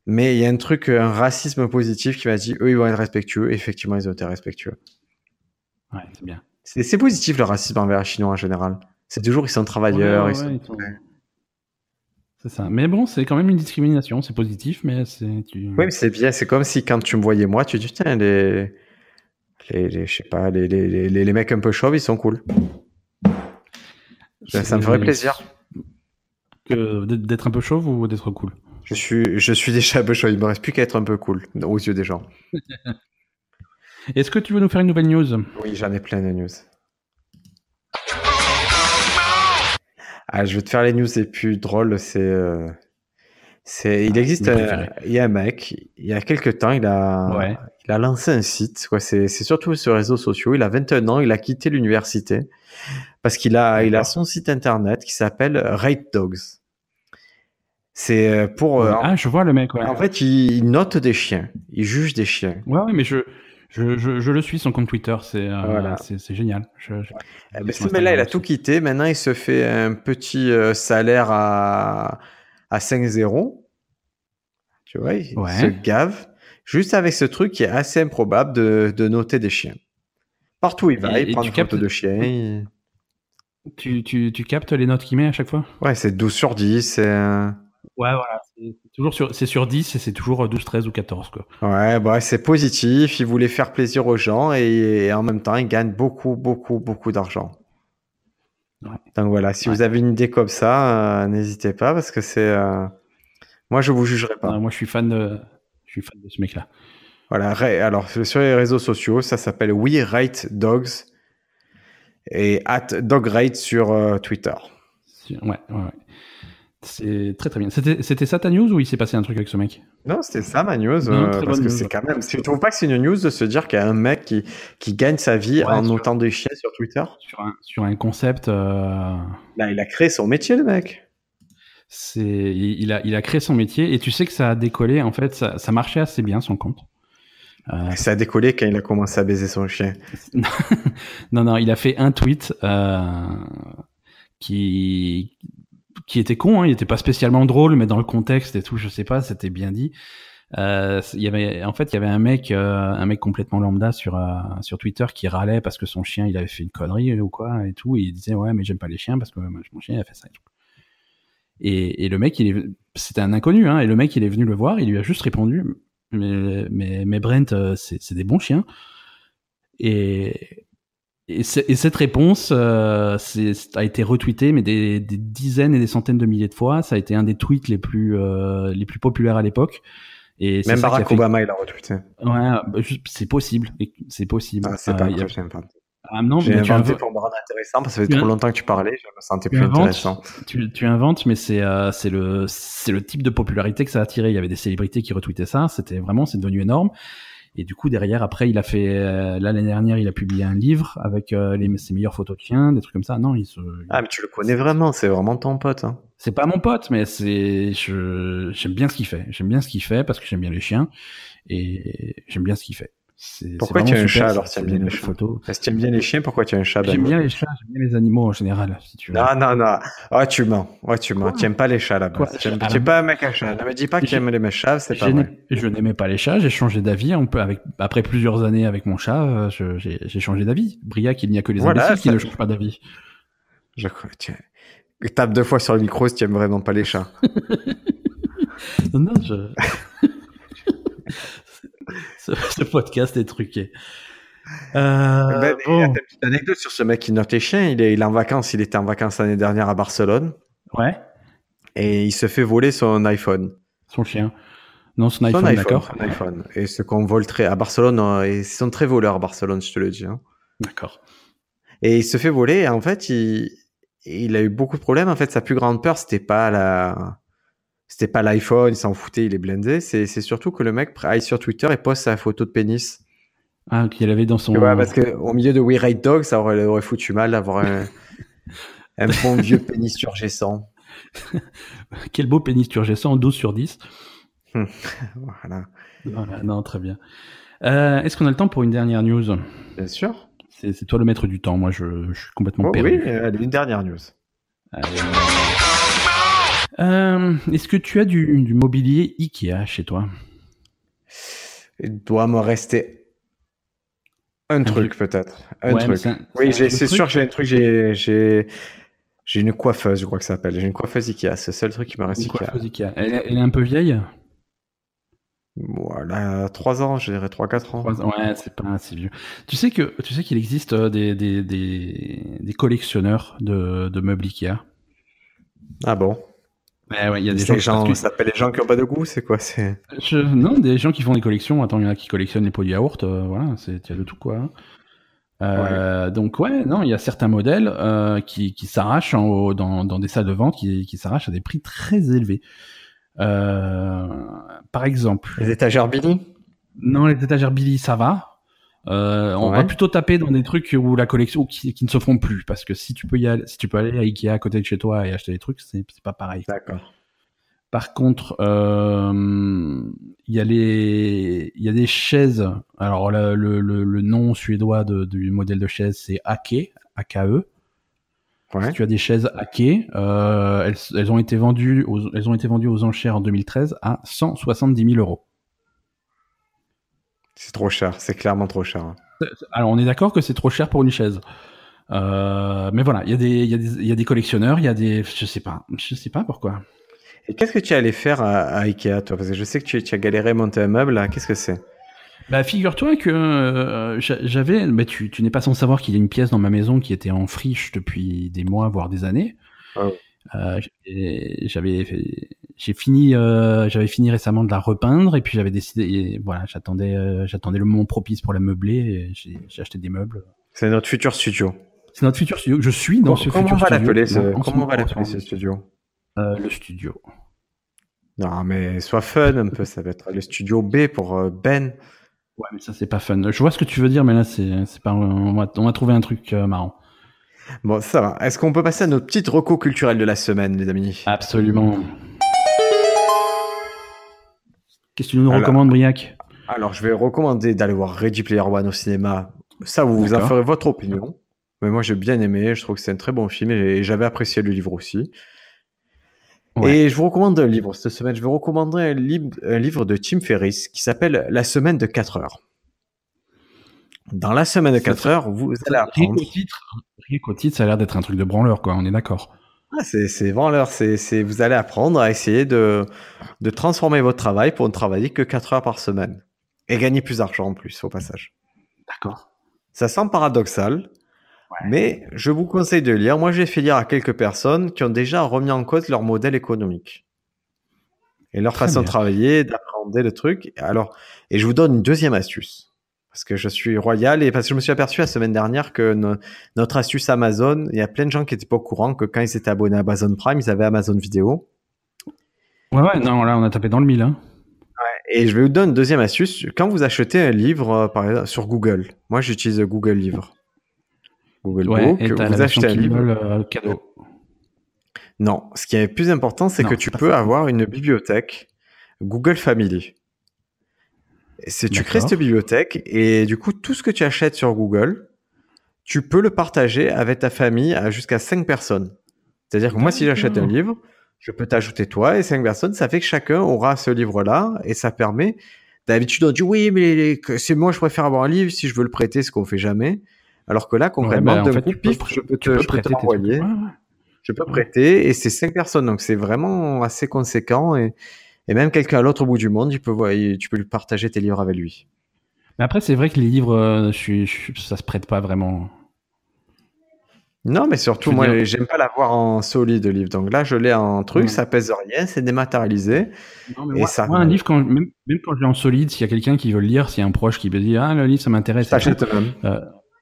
S1: Mais il y a un truc, un racisme positif qui m'a dit, eux, ils vont être respectueux. Et effectivement, ils ont été respectueux.
S2: Ouais, c'est bien.
S1: C'est c'est positif le racisme envers les Chinois en général. C'est toujours, ils sont travailleurs,
S2: Ouais,
S1: ils sont-
S2: ouais, ils sont- C'est ça. Mais bon, c'est quand même une discrimination. C'est positif, mais c'est. Tu...
S1: Oui, mais c'est bien. C'est comme si quand tu me voyais moi, tu dis putain les, les, les- je sais pas, les, les, les, les- les mecs un peu chauves, ils sont cool. Ça, ça me ferait
S2: C'est-
S1: plaisir.
S2: que d- D'être un peu chauve ou d'être cool
S1: Je suis, je suis déjà un peu chauve. Il me reste plus qu'à être un peu cool aux yeux des gens.
S2: Est-ce que tu veux nous faire une nouvelle news
S1: Oui, j'en ai plein de news. Ah, je vais te faire les news les plus drôles. C'est, euh, c'est, il
S2: Ah,
S1: existe,
S2: mes
S1: un-
S2: préférés.
S1: il y a un mec, il y a quelques temps, il a,
S2: Ouais.
S1: Il a lancé un site, quoi. C'est, c'est surtout sur les réseaux sociaux. Il a 21 ans, il a quitté l'université parce qu'il a, il a son site internet qui s'appelle Rate Dogs. C'est euh, pour. euh, en-
S2: Ah, je vois le mec, ouais.
S1: en, fait, il, il note des chiens, il juge des chiens.
S2: Ouais, ouais, mais je, Je, je, je, le suis, son compte Twitter, c'est euh, voilà. c'est génial. Je,
S1: eh ben, ce mec-là, il a tout quitté. Maintenant, il se fait un petit euh, salaire à, à 5-0. Tu vois, il ouais. se gave. Juste avec ce truc qui est assez improbable de, de noter des chiens. Partout où il va, et, il prend des captes... de chiens. Et...
S2: Tu, tu, tu, captes les notes qu'il met à chaque fois
S1: Ouais, c'est 12 sur 10. C'est...
S2: Ouais, voilà. C'est toujours sur, c'est sur 10 et c'est toujours 12, 13 ou 14, quoi.
S1: Ouais, bah, c'est positif. Il voulait faire plaisir aux gens et, et en même temps, il gagne beaucoup, beaucoup, beaucoup d'argent. Ouais. Donc voilà, si ouais. vous avez une idée comme ça, euh, n'hésitez pas parce que c'est. Euh... Moi, je vous jugerai pas.
S2: Ouais, Euh, moi, je suis fan de, je suis fan de ce mec-là.
S1: Voilà. Alors, sur les réseaux sociaux, ça s'appelle We Rate Dogs et at DogRate sur euh, Twitter.
S2: Ouais, ouais, ouais. C'est très très bien. C'était ça ta news ou il s'est passé un truc avec ce mec
S1: Non, c'était ça ma news. Non, euh, parce que c'est quand même. Tu trouves pas que c'est une news de se dire qu'il y a un mec qui, qui gagne sa vie ouais, en notant des chiens sur Twitter
S2: sur un, sur un concept. Euh...
S1: Là, il a créé son métier, le mec.
S2: C'est il a, il a créé son métier et tu sais que ça a décollé. En fait, ça, ça marchait assez bien son compte.
S1: Euh... Ça a décollé quand il a commencé à baiser son chien.
S2: non, non, il a fait un tweet euh, qui qui était con, hein, il était pas spécialement drôle, mais dans le contexte et tout, je sais pas, c'était bien dit. Euh, il y avait, en fait, il y avait un mec, euh, un mec complètement lambda sur euh, sur Twitter qui râlait parce que son chien, il avait fait une connerie ou quoi et tout, et il disait ouais, mais j'aime pas les chiens parce que mon chien il a fait ça et tout. Et, et le mec, il est, c'était un inconnu, hein, et le mec, il est venu le voir, il lui a juste répondu, mais mais, mais Brent, euh, c'est des bons chiens. Et et, et, cette réponse euh, a été retweetée, mais des, des, dizaines et des centaines de milliers de fois. Ça a été un des tweets les plus, euh, les plus populaires à l'époque.
S1: Et Même Barack fait... Obama, il l'a retweeté.
S2: Ouais, bah, c'est possible. C'est possible.
S1: Ah, c'est pas euh, a... pas. Ah, non, J'ai inventé un... pour me rendre intéressant parce que ça fait trop longtemps que tu parlais, je me sentais plus
S2: inventes,
S1: intéressant.
S2: Tu, tu inventes, mais c'est euh, c'est le, le type de popularité que ça a attiré. Il y avait des célébrités qui retweetaient ça. C'était vraiment, c'est devenu énorme. Et du coup, derrière, après, il a fait, euh, là, l'année dernière, il a publié un livre avec euh, les, ses meilleures photos de chiens, des trucs comme ça. Non, il se. Il...
S1: Ah, mais tu le connais vraiment, c'est vraiment ton pote. Hein.
S2: C'est pas mon pote, mais c'est, j'aime bien ce qu'il fait. J'aime bien ce qu'il fait parce que j'aime bien les chiens et j'aime bien ce qu'il fait.
S1: Pourquoi tu as un chat alors si tu aimes bien les Ah, bah, photos Si tu aimes bien les chiens, pourquoi tu as un chat
S2: J'aime bien les chats, j'aime bien les animaux en général, si tu veux.
S1: Non, non, non. Oh, tu mens. Oh, tu mens. Tu n'aimes pas les chats là-bas. Tu n'es pas un mec à chat. Ne me dis pas que tu aimes les chats, c'est pas vrai.
S2: Je n'aimais pas les chats, j'ai changé d'avis. Après plusieurs années avec mon chat, euh, j'ai changé d'avis. Briac, il n'y a que les imbéciles qui ne changent pas d'avis.
S1: Je crois. Tape deux fois sur le micro si tu aimes vraiment pas les chats.
S2: non, non, je. Ce, ce, podcast est truqué.
S1: Euh, ben, bon. Il y a une petite anecdote sur ce mec qui note les chiens. Il est, il est en vacances. Il était en vacances l'année dernière à Barcelone.
S2: Ouais.
S1: Et il se fait voler son iPhone.
S2: Son chien. Non, son iPhone, iPhone d'accord.
S1: Son iPhone. Et ce qu'on vole très à Barcelone, euh, ils sont très voleurs à Barcelone, je te le dis. Hein.
S2: D'accord.
S1: Et il se fait voler. Et en fait, il, il a eu beaucoup de problèmes. En fait, sa plus grande peur, c'était pas la, c'était pas l'iPhone, il s'en foutait, il est blindé. C'est surtout que le mec aille sur Twitter et poste sa photo de pénis.
S2: Ah, qu'il avait dans son.
S1: Ouais, parce qu'au milieu de We Ride Dog, ça aurait, aurait foutu mal d'avoir un, un, bon vieux pénis turgescent.
S2: Quel beau pénis turgescent, 12 sur 10.
S1: voilà.
S2: Voilà, non, très bien. Euh, Est-ce qu'on a le temps pour une dernière news
S1: Bien sûr.
S2: C'est toi le maître du temps, moi je, je suis complètement oh, perdu.
S1: Oui, euh, allez, une dernière news. Allez,
S2: euh, Est-ce que tu as du, du, mobilier Ikea chez toi
S1: Il doit me rester un, un truc, truc. peut-être. Un ouais, truc. Un, oui, c'est sûr, j'ai un truc. J'ai une coiffeuse, je crois que ça s'appelle. J'ai une coiffeuse Ikea. C'est le seul truc qui me reste. Une Ikea.
S2: coiffeuse Ikea. Elle, elle, est un peu vieille
S1: voilà, 3 ans, je dirais 3-4 ans.
S2: 3 ans. Ouais, c'est pas assez vieux. Tu sais que tu sais qu'il existe euh, des, des, des, des, collectionneurs de, de meubles Ikea.
S1: Ah bon
S2: il ouais, y a des gens,
S1: gens qui... s'appelle les gens qui n'ont pas de goût, c'est quoi c'est
S2: Je... Non, des gens qui font des collections. Attends, il y en a qui collectionnent les pots de yaourt, euh, voilà, il y a de tout quoi. hein. Euh, ouais. Donc ouais, non, il y a certains modèles euh, qui, qui s'arrachent en haut, dans, dans, des salles de vente, qui, qui s'arrachent à des prix très élevés. Euh, par exemple.
S1: Les étagères Billy
S2: Non, les étagères Billy, ça va. Euh, on ouais. va plutôt taper dans des trucs où la collection qui, qui, ne se font plus parce que si tu peux y aller, si tu peux aller à Ikea à côté de chez toi et acheter des trucs, c'est pas pareil.
S1: D'accord.
S2: Par contre, euh, il y a les, il y a des chaises. Alors là, le, le, le nom suédois de- du modèle de chaise, c'est Ake, AKE. E. Si
S1: Ouais.
S2: tu as des chaises hackées, euh, elles, elles ont été vendues aux, elles ont été vendues aux enchères en 2013 à 170 000 euros.
S1: C'est trop cher, c'est clairement trop cher. hein.
S2: Alors on est d'accord que c'est trop cher pour une chaise. Euh, mais voilà, il y, a des- il y, a des- il y a des collectionneurs, il y a des... Je sais pas, je sais pas pourquoi.
S1: Et qu'est-ce que tu es allé faire à, à Ikea, toi Parce que je sais que tu, tu as galéré à monter un meuble, là. qu'est-ce que c'est
S2: Bah figure-toi que euh, j'a- j'avais... Mais tu, tu n'es pas sans savoir qu'il y a une pièce dans ma maison qui était en friche depuis des mois, voire des années.
S1: Ah oui.
S2: Euh, j'ai- j'avais fait- j'ai fini euh, j'avais fini récemment de la repeindre et puis j'avais décidé et voilà j'attendais euh, j'attendais le moment propice pour la meubler et j'ai j'ai acheté des meubles
S1: C'est notre futur studio.
S2: c'est notre futur studio je suis dans ce
S1: comment
S2: futur
S1: on va
S2: studio
S1: l'appeler ce,
S2: En ce
S1: comment on va
S2: moment,
S1: l'appeler ce studio
S2: euh, le studio
S1: Non, mais sois fun un peu, ça va être le studio B pour euh, Ben.
S2: ouais mais ça c'est pas fun je vois ce que tu veux dire mais là c'est c'est pas on va on va trouver un truc euh, marrant
S1: Bon, ça va. Est-ce qu'on peut passer à notre petite reco culturelle de la semaine, les amis
S2: absolument qu'est-ce que tu nous
S1: Alors-
S2: recommandes Briac
S1: Alors, je vais recommander d'aller voir Ready Player One au cinéma. Ça, vous vous en
S2: D'accord.
S1: ferez votre opinion. Mais moi, j'ai bien aimé. Je trouve que c'est un très bon film et j'avais apprécié le livre aussi.
S2: Ouais.
S1: Et je vous recommande un livre cette semaine. Je vais recommander un, lib- un livre de Tim Ferriss qui s'appelle La semaine de 4 heures. Dans la semaine de
S2: Ça,
S1: 4 heures, vous allez
S2: rien
S1: apprendre.
S2: qu'au titre rien qu'au titre ça a l'air d'être un truc de branleur quoi on est d'accord
S1: Ah, c'est c'est vraiment l'heure. C'est c'est- vous allez apprendre à essayer de de transformer votre travail pour ne travailler que 4 heures par semaine et gagner plus d'argent en plus au passage.
S2: D'accord.
S1: Ça semble paradoxal, mais je vous conseille de lire. Moi, j'ai fait lire à quelques personnes qui ont déjà remis en cause leur modèle économique et leur
S2: Très
S1: façon de
S2: bien.
S1: travailler, d'appréhender le truc. Alors, et je vous donne une deuxième astuce. Parce que je suis royal et parce que je me suis aperçu la semaine dernière que no- notre astuce Amazon, il y a plein de gens qui étaient pas au courant que quand ils étaient abonnés à Amazon Prime, ils avaient Amazon Vidéo.
S2: Ouais, ouais, non, là, on a tapé dans le mille. Hein.
S1: Et je vais vous donner une deuxième astuce. Quand vous achetez un livre, euh, par exemple, sur Google, moi j'utilise Google Livre. Google
S2: Ouais,
S1: Book,
S2: et t'as la
S1: vous
S2: version
S1: achetez un livre.
S2: Kindle euh, cadeau.
S1: Non, ce qui est plus important, c'est
S2: Non,
S1: que tu
S2: pas
S1: peux avoir une bibliothèque Google Family. Et C'est tu crées
S2: D'accord.
S1: cette bibliothèque et du coup tout ce que tu achètes sur Google, tu peux le partager avec ta famille à jusqu'à 5 personnes. C'est-à-dire que moi si j'achète un
S2: D'accord.
S1: livre, je peux t'ajouter toi et 5 personnes, ça fait que chacun aura ce livre-là et ça permet d'habitude on dit oui mais que- c'est moi je préfère avoir un livre si je veux le prêter ce qu'on fait jamais. Alors que là concrètement
S2: Ouais, bah, en
S1: d'un
S2: fait,
S1: coup
S2: tu peux
S1: pif,
S2: pr-
S1: je peux te,
S2: tu peux
S1: je peux te
S2: prêter tes
S1: l'envoyer
S2: trucs. Ouais, ouais.
S1: je peux prêter et c'est cinq personnes donc c'est vraiment assez conséquent et, et même quelqu'un à l'autre bout du monde il peut voir- il- tu peux lui partager tes livres avec lui
S2: Mais après, c'est vrai que les livres, euh, je, suis- je suis- ça se prête pas vraiment.
S1: non mais surtout
S2: Je veux
S1: moi
S2: dire-
S1: j'aime pas l'avoir en solide le livre donc là je l'ai en truc
S2: Ouais.
S1: ça pèse rien c'est dématérialisé
S2: mais
S1: Et
S2: moi,
S1: moi- ça-
S2: moi, un livre, quand, même, même quand je l'ai en solide, s'il y a quelqu'un qui veut le lire, s'il y a un proche qui me dit Ah, le livre, ça m'intéresse. et tout,
S1: t'achètes même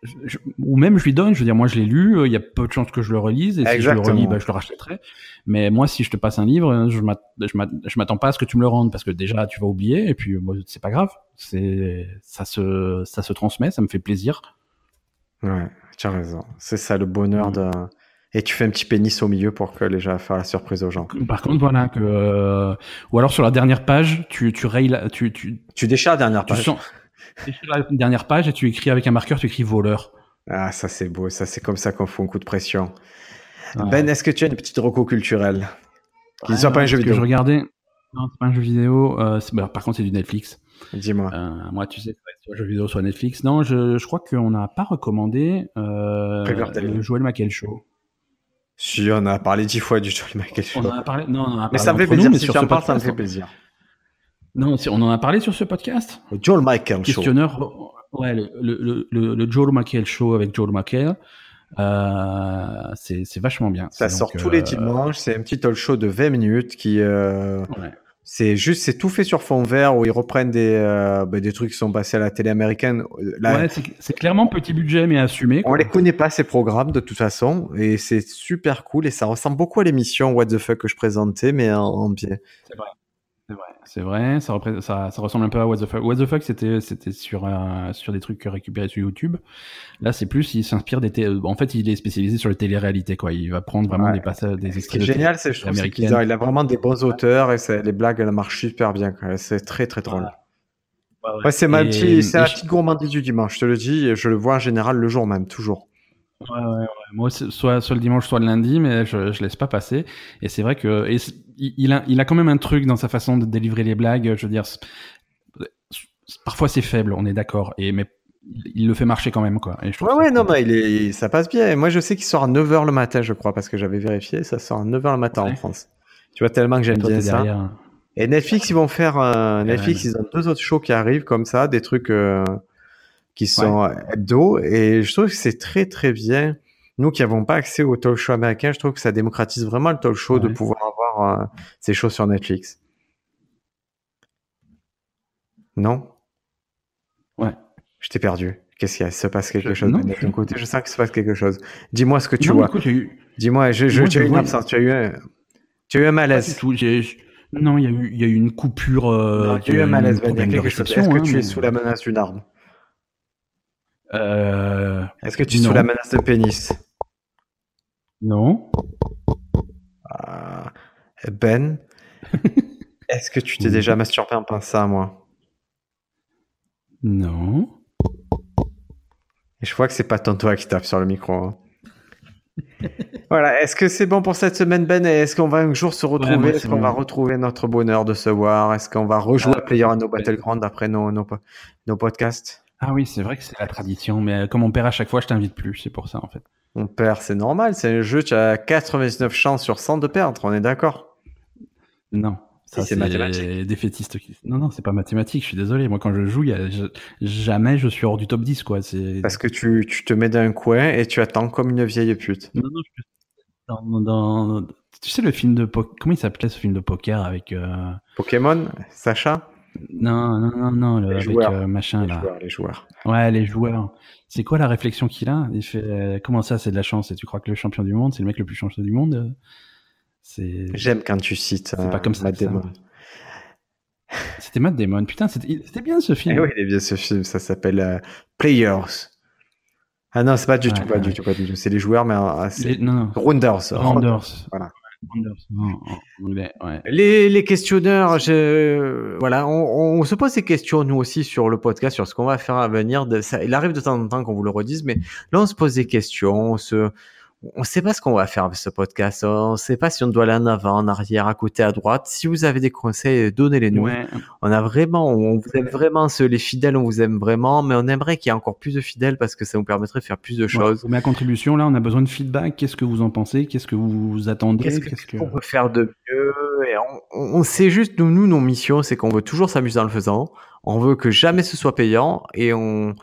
S2: je- je- ou même je lui donne, je veux dire, moi, je l'ai lu, euh, il y a peu de chances que je le relise, et si je le
S1: Exactement.
S2: relis, bah, je le rachèterai. Mais moi, si je te passe un livre, euh, je m'att- je m'att- je m'attends pas à ce que tu me le rendes, parce que déjà, tu vas oublier, et puis, moi, c'est pas grave. C'est, ça se, ça se transmet, ça me fait plaisir.
S1: ouais tu as raison c'est ça le bonheur de et tu fais un petit pénis au milieu pour que les gens fassent la surprise aux gens
S2: Par contre, voilà que euh, ou alors sur la dernière page, tu tu rayes la, tu tu
S1: tu déchires la dernière
S2: tu
S1: page
S2: sens tu sur la dernière page et tu écris avec un marqueur, tu écris voleur.
S1: ah ça c'est beau ça c'est comme ça qu'on fout un coup de pression
S2: Ouais.
S1: Ben est-ce que tu as une petite reco culturelle qui ne soit
S2: Ouais,
S1: pas un jeu
S2: parce que
S1: vidéo
S2: Je regardais. Non, c'est pas un jeu vidéo. euh, c'est- bah, par contre, c'est du Netflix.
S1: dis-moi
S2: Euh, moi, tu sais, ouais, soit jeu vidéo, soit Netflix. Non, je, je crois qu'on n'a pas recommandé euh,
S1: Riverdale.
S2: le Joël Maquel Show.
S1: Si, on a parlé dix fois du Joel Michael Show.
S2: On en a parlé. Non, on en a
S1: Mais
S2: parlé
S1: ça me fait
S2: entre nous,
S1: plaisir.
S2: mais
S1: si
S2: sur
S1: tu en
S2: ce
S1: parles, ça me fait
S2: podcast-
S1: plaisir.
S2: Non, si- on en a parlé sur ce podcast.
S1: Le Joel Michael Show.
S2: questionneur, ouais, le, le, le, le Joel McHale show avec Joel McHale, euh, c'est c'est vachement bien.
S1: Ça
S2: C'est
S1: sort
S2: donc,
S1: tous
S2: euh,
S1: les dimanches. C'est un petit talk show de 20 minutes qui. euh,
S2: ouais.
S1: C'est juste, c'est tout fait sur fond vert où ils reprennent des, euh, ben, des trucs qui sont passés à la télé américaine. La-
S2: Ouais, c'est c'est clairement petit budget mais assumé.
S1: On
S2: quoi.
S1: les connaît pas ces programmes de toute façon et c'est super cool et ça ressemble beaucoup à l'émission What the fuck que je présentais mais en, en biais.
S2: C'est vrai, c'est vrai. Ça, repré- ça, ça ressemble un peu à What the Fuck. What the Fuck, c'était, c'était sur, euh, sur des trucs récupérés sur YouTube. Là, c'est plus, il s'inspire des. télé- En fait, il est spécialisé sur les téléréalités, quoi. Il va prendre vraiment
S1: Ouais.
S2: des passages, des
S1: Ce qui
S2: extraits.
S1: est
S2: de
S1: génial, c'est je trouve, c'est qu'il a, il a vraiment des bons auteurs et c'est- les blagues elles marchent super bien. quoi. C'est très très drôle.
S2: télé-
S1: Ouais, c'est ma
S2: Et-
S1: petite, c'est
S2: et
S1: la
S2: je-
S1: petite gourmandise du dimanche. Je te le dis, et je le vois en général le jour même, toujours.
S2: Ouais, ouais, ouais. Moi, c'est- soit, soit le dimanche, soit le lundi, mais je, je laisse pas passer. Et c'est vrai que et c'est- il, il a, il a quand même un truc dans sa façon de délivrer les blagues. Je veux dire, c'est- c'est- parfois c'est faible, on est d'accord, et mais il il le fait marcher quand même, quoi. Et je trouve
S1: Ouais,
S2: ça
S1: ouais,
S2: cool.
S1: non, mais il est, ça passe bien. Et moi, je sais qu'il sort à 9h le matin, je crois, parce que j'avais vérifié, ça sort à 9h le matin en
S2: Ouais.
S1: France. Tu vois, tellement que j'aime
S2: Toi,
S1: bien
S2: t'es
S1: ça.
S2: derrière.
S1: Et Netflix, ils vont faire un-
S2: Ouais,
S1: Netflix,
S2: mais-
S1: ils ont deux autres shows qui arrivent comme ça, des trucs euh, qui sont euh, hebdo. Et je trouve que c'est très très bien. Nous qui n'avons pas accès au talk show américain, je trouve que ça démocratise vraiment le talk show de
S2: Ouais.
S1: pouvoir avoir euh, ces shows sur Netflix. Non
S2: Ouais.
S1: Je t'ai perdu. Qu'est-ce qu'il y a Il se passe quelque
S2: Je-
S1: chose
S2: non,
S1: Daniel, de
S2: je-
S1: ton côté Je sens qu'il se passe quelque chose. Dis-moi ce que tu
S2: Non,
S1: vois.
S2: écoute, il y a eu-
S1: Dis-moi, je, je-
S2: Moi,
S1: tu
S2: je
S1: as eu une
S2: vois-
S1: absence, tu as eu un, tu as eu un
S2: pas du
S1: malaise.
S2: tout, j'ai- j'ai- Non, il y a eu, il y a eu une coupure. euh,
S1: Non, il y a eu un
S2: une
S1: malaise, Ben, il y a
S2: problème de
S1: quelque chose. Est-ce
S2: réception,
S1: que
S2: hein,
S1: tu es
S2: mais-
S1: sous la menace d'une arme
S2: Euh,
S1: Est-ce que tu es sous
S2: Non.
S1: la menace d'un pénis
S2: non.
S1: Ah, Ben, est-ce que tu t'es déjà masturbé en pensant à moi
S2: Non.
S1: Et je vois que c'est pas tant toi qui tape sur le micro. hein. voilà, est-ce que c'est bon pour cette semaine, Ben Et Est-ce qu'on va un jour se retrouver
S2: moi,
S1: Est-ce
S2: c'est
S1: qu'on
S2: bon.
S1: va retrouver notre bonheur de se voir Est-ce qu'on va rejouer
S2: Ah,
S1: à Player No
S2: ouais.
S1: Battleground après nos, nos, po- nos podcasts
S2: Ah oui, c'est vrai que c'est la tradition, mais euh, comme on perd à chaque fois, je t'invite plus, c'est pour ça en fait.
S1: On perd, c'est normal, c'est un jeu, tu as 99 chances sur 100 de perdre, on est d'accord
S2: Non, ça
S1: Si, c'est
S2: Ah, c'est
S1: mathématique.
S2: défaitiste. Qui... Non, non, c'est pas mathématique, je suis désolé. Moi, quand je joue, il y a- je- jamais je suis hors du top 10, quoi. C'est...
S1: Parce que tu, tu te mets dans un coin et tu attends comme une vieille pute.
S2: Non, non, je- dans- dans- Tu sais le film de poker... Comment il s'appelait ce film de poker avec... euh,
S1: Pokémon, Sacha
S2: Non, non, non, non, le-
S1: Les
S2: avec
S1: joueurs.
S2: euh, machin
S1: les
S2: là.
S1: joueurs, les joueurs.
S2: Ouais, les joueurs. C'est quoi la réflexion qu'il a Il fait euh, comment ça, c'est de la chance Et tu crois que le champion du monde, c'est le mec le plus chanceux du monde euh, C'est.
S1: J'aime quand tu cites
S2: C'est
S1: euh,
S2: pas comme ça,
S1: Matt
S2: ça.
S1: Damon.
S2: C'était Matt Damon. Putain, c'était c'était bien ce film.
S1: Eh oui, il est bien ce film, ça s'appelle euh, Players. Ah non, c'est pas du
S2: Ouais,
S1: tout, pas
S2: ouais.
S1: du tout, pas du tout. C'est les joueurs, mais euh, c'est
S2: Les- Non, non.
S1: Rounders.
S2: Rounders.
S1: Voilà.
S2: Rounders. Non, en anglais, ouais.
S1: Les, les questionneurs, je... voilà, on, on se pose ces questions nous aussi sur le podcast, sur ce qu'on va faire à venir. De... Ça, il arrive de temps en temps qu'on vous le redise, mais là on se pose des questions, on se, on sait pas ce qu'on va faire avec ce podcast, hein. on sait pas si on doit aller en avant, en arrière, à côté, à droite. Si vous avez des conseils, donnez-les nous.
S2: Ouais.
S1: On a vraiment, on vous aime vraiment, ceux- les fidèles, on vous aime vraiment, mais on aimerait qu'il y ait encore plus de fidèles parce que ça nous permettrait de faire plus de
S2: Voilà,
S1: choses.
S2: vous mettez à contribution, là, on a besoin de feedback. Qu'est-ce que vous en pensez Qu'est-ce que vous attendez
S1: Qu'est-ce que-
S2: Qu'est-ce que-
S1: qu'on peut faire de mieux et on, on- on sait juste nous, nous nos missions c'est qu'on veut toujours s'amuser en le faisant on veut que jamais ce soit payant et on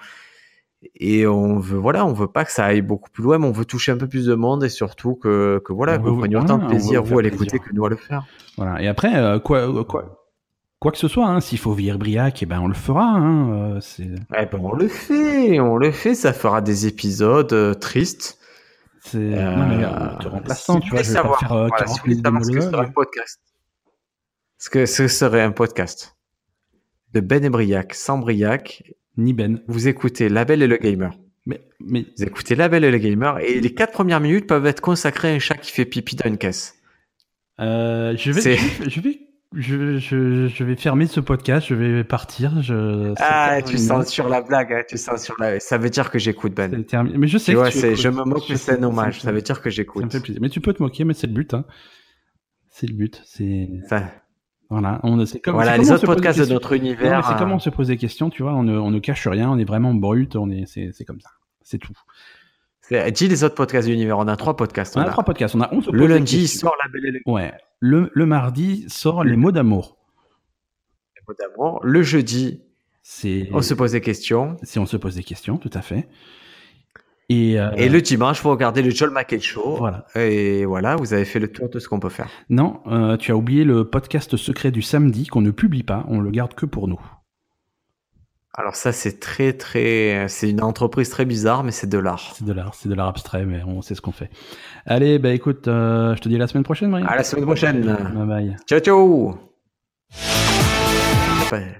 S1: et on veut voilà on veut pas que ça aille beaucoup plus loin mais on veut toucher un peu plus de monde et surtout que, que voilà
S2: On
S1: que
S2: veut-
S1: vous preniez
S2: voilà,
S1: autant de
S2: on
S1: plaisir
S2: veut vous
S1: vous à
S2: faire
S1: l'écouter
S2: plaisir.
S1: que nous à le faire
S2: Voilà. Et après, euh, quoi, quoi, quoi que ce soit, hein, s'il faut virer Briac, eh ben, on le fera. Hein, euh, c'est,
S1: Eh ben, on le fait on le fait ça fera des épisodes euh, tristes
S2: c'est
S1: Euh,
S2: non, mais, euh, te remplaçant,
S1: si
S2: tu
S1: vous voulez
S2: vois. Je vais pas
S1: savoir,
S2: faire euh,
S1: voilà, si
S2: 40
S1: vous voulez
S2: 000
S1: savoir ce que
S2: monologues.
S1: serait un podcast ce que ce serait un podcast de Ben et Briac sans Briac
S2: ni Ben.
S1: vous écoutez La Belle et le Gamer.
S2: Mais, mais
S1: Vous écoutez La Belle et le Gamer et les quatre premières minutes peuvent être consacrées à un chat qui fait pipi dans une caisse.
S2: euh, je vais,
S1: C'est-
S2: je vais, je vais, je, je- je vais fermer ce podcast. Je vais partir. Je, c'est
S1: Ah,
S2: terminé.
S1: tu sens sur la blague, hein, tu sens sur la... Ça veut dire que j'écoute, Ben.
S2: C'est terminé. Mais je sais
S1: Tu
S2: que
S1: vois,
S2: tu
S1: c'est-
S2: écoutes.
S1: je me moque,
S2: Je
S1: mais
S2: sais,
S1: c'est un
S2: ça me
S1: hommage. Ça
S2: fait-
S1: veut dire que
S2: Ça me
S1: j'écoute.
S2: fait plaisir. Mais tu peux te moquer, mais c'est le but. Hein. C'est le but. C'est
S1: Ça-
S2: voilà. On c'est comme c'est
S1: voilà,
S2: comme
S1: les
S2: on
S1: autres
S2: se pose des
S1: podcasts de
S2: questions.
S1: notre
S2: Non, mais
S1: univers.
S2: c'est
S1: euh,
S2: comme on se pose des questions, tu vois. On ne, on ne cache rien. On est vraiment brut. On est, c'est, c'est comme ça. C'est tout.
S1: c'est- Dis les autres podcasts de l'univers. On a trois podcasts.
S2: On
S1: on
S2: a
S1: a.
S2: trois podcasts. On a on se
S1: Le
S2: pose des
S1: lundi, il
S2: questions.
S1: sort La Belle et le
S2: Ouais. Le, le mardi sort les mots d'amour.
S1: Gamer d'amour. Le jeudi,
S2: Oh, C'est euh,
S1: on se pose des questions.
S2: si on se pose des questions, tout à fait. Et, euh,
S1: Et le dimanche, vous regardez le Joel McHale Show.
S2: voilà.
S1: Et voilà, vous avez fait le tour de ce qu'on peut faire.
S2: Non, euh, tu as oublié le podcast secret du samedi qu'on ne publie pas. On le garde que pour nous.
S1: Alors ça, c'est très très, c'est une entreprise très bizarre, mais c'est de l'art.
S2: C'est de l'art, c'est de l'art abstrait, mais on sait ce qu'on fait. Allez, bah écoute, euh, je te dis à la semaine prochaine, Marie.
S1: À la semaine prochaine.
S2: Bye bye.
S1: Ciao ciao. Ouais.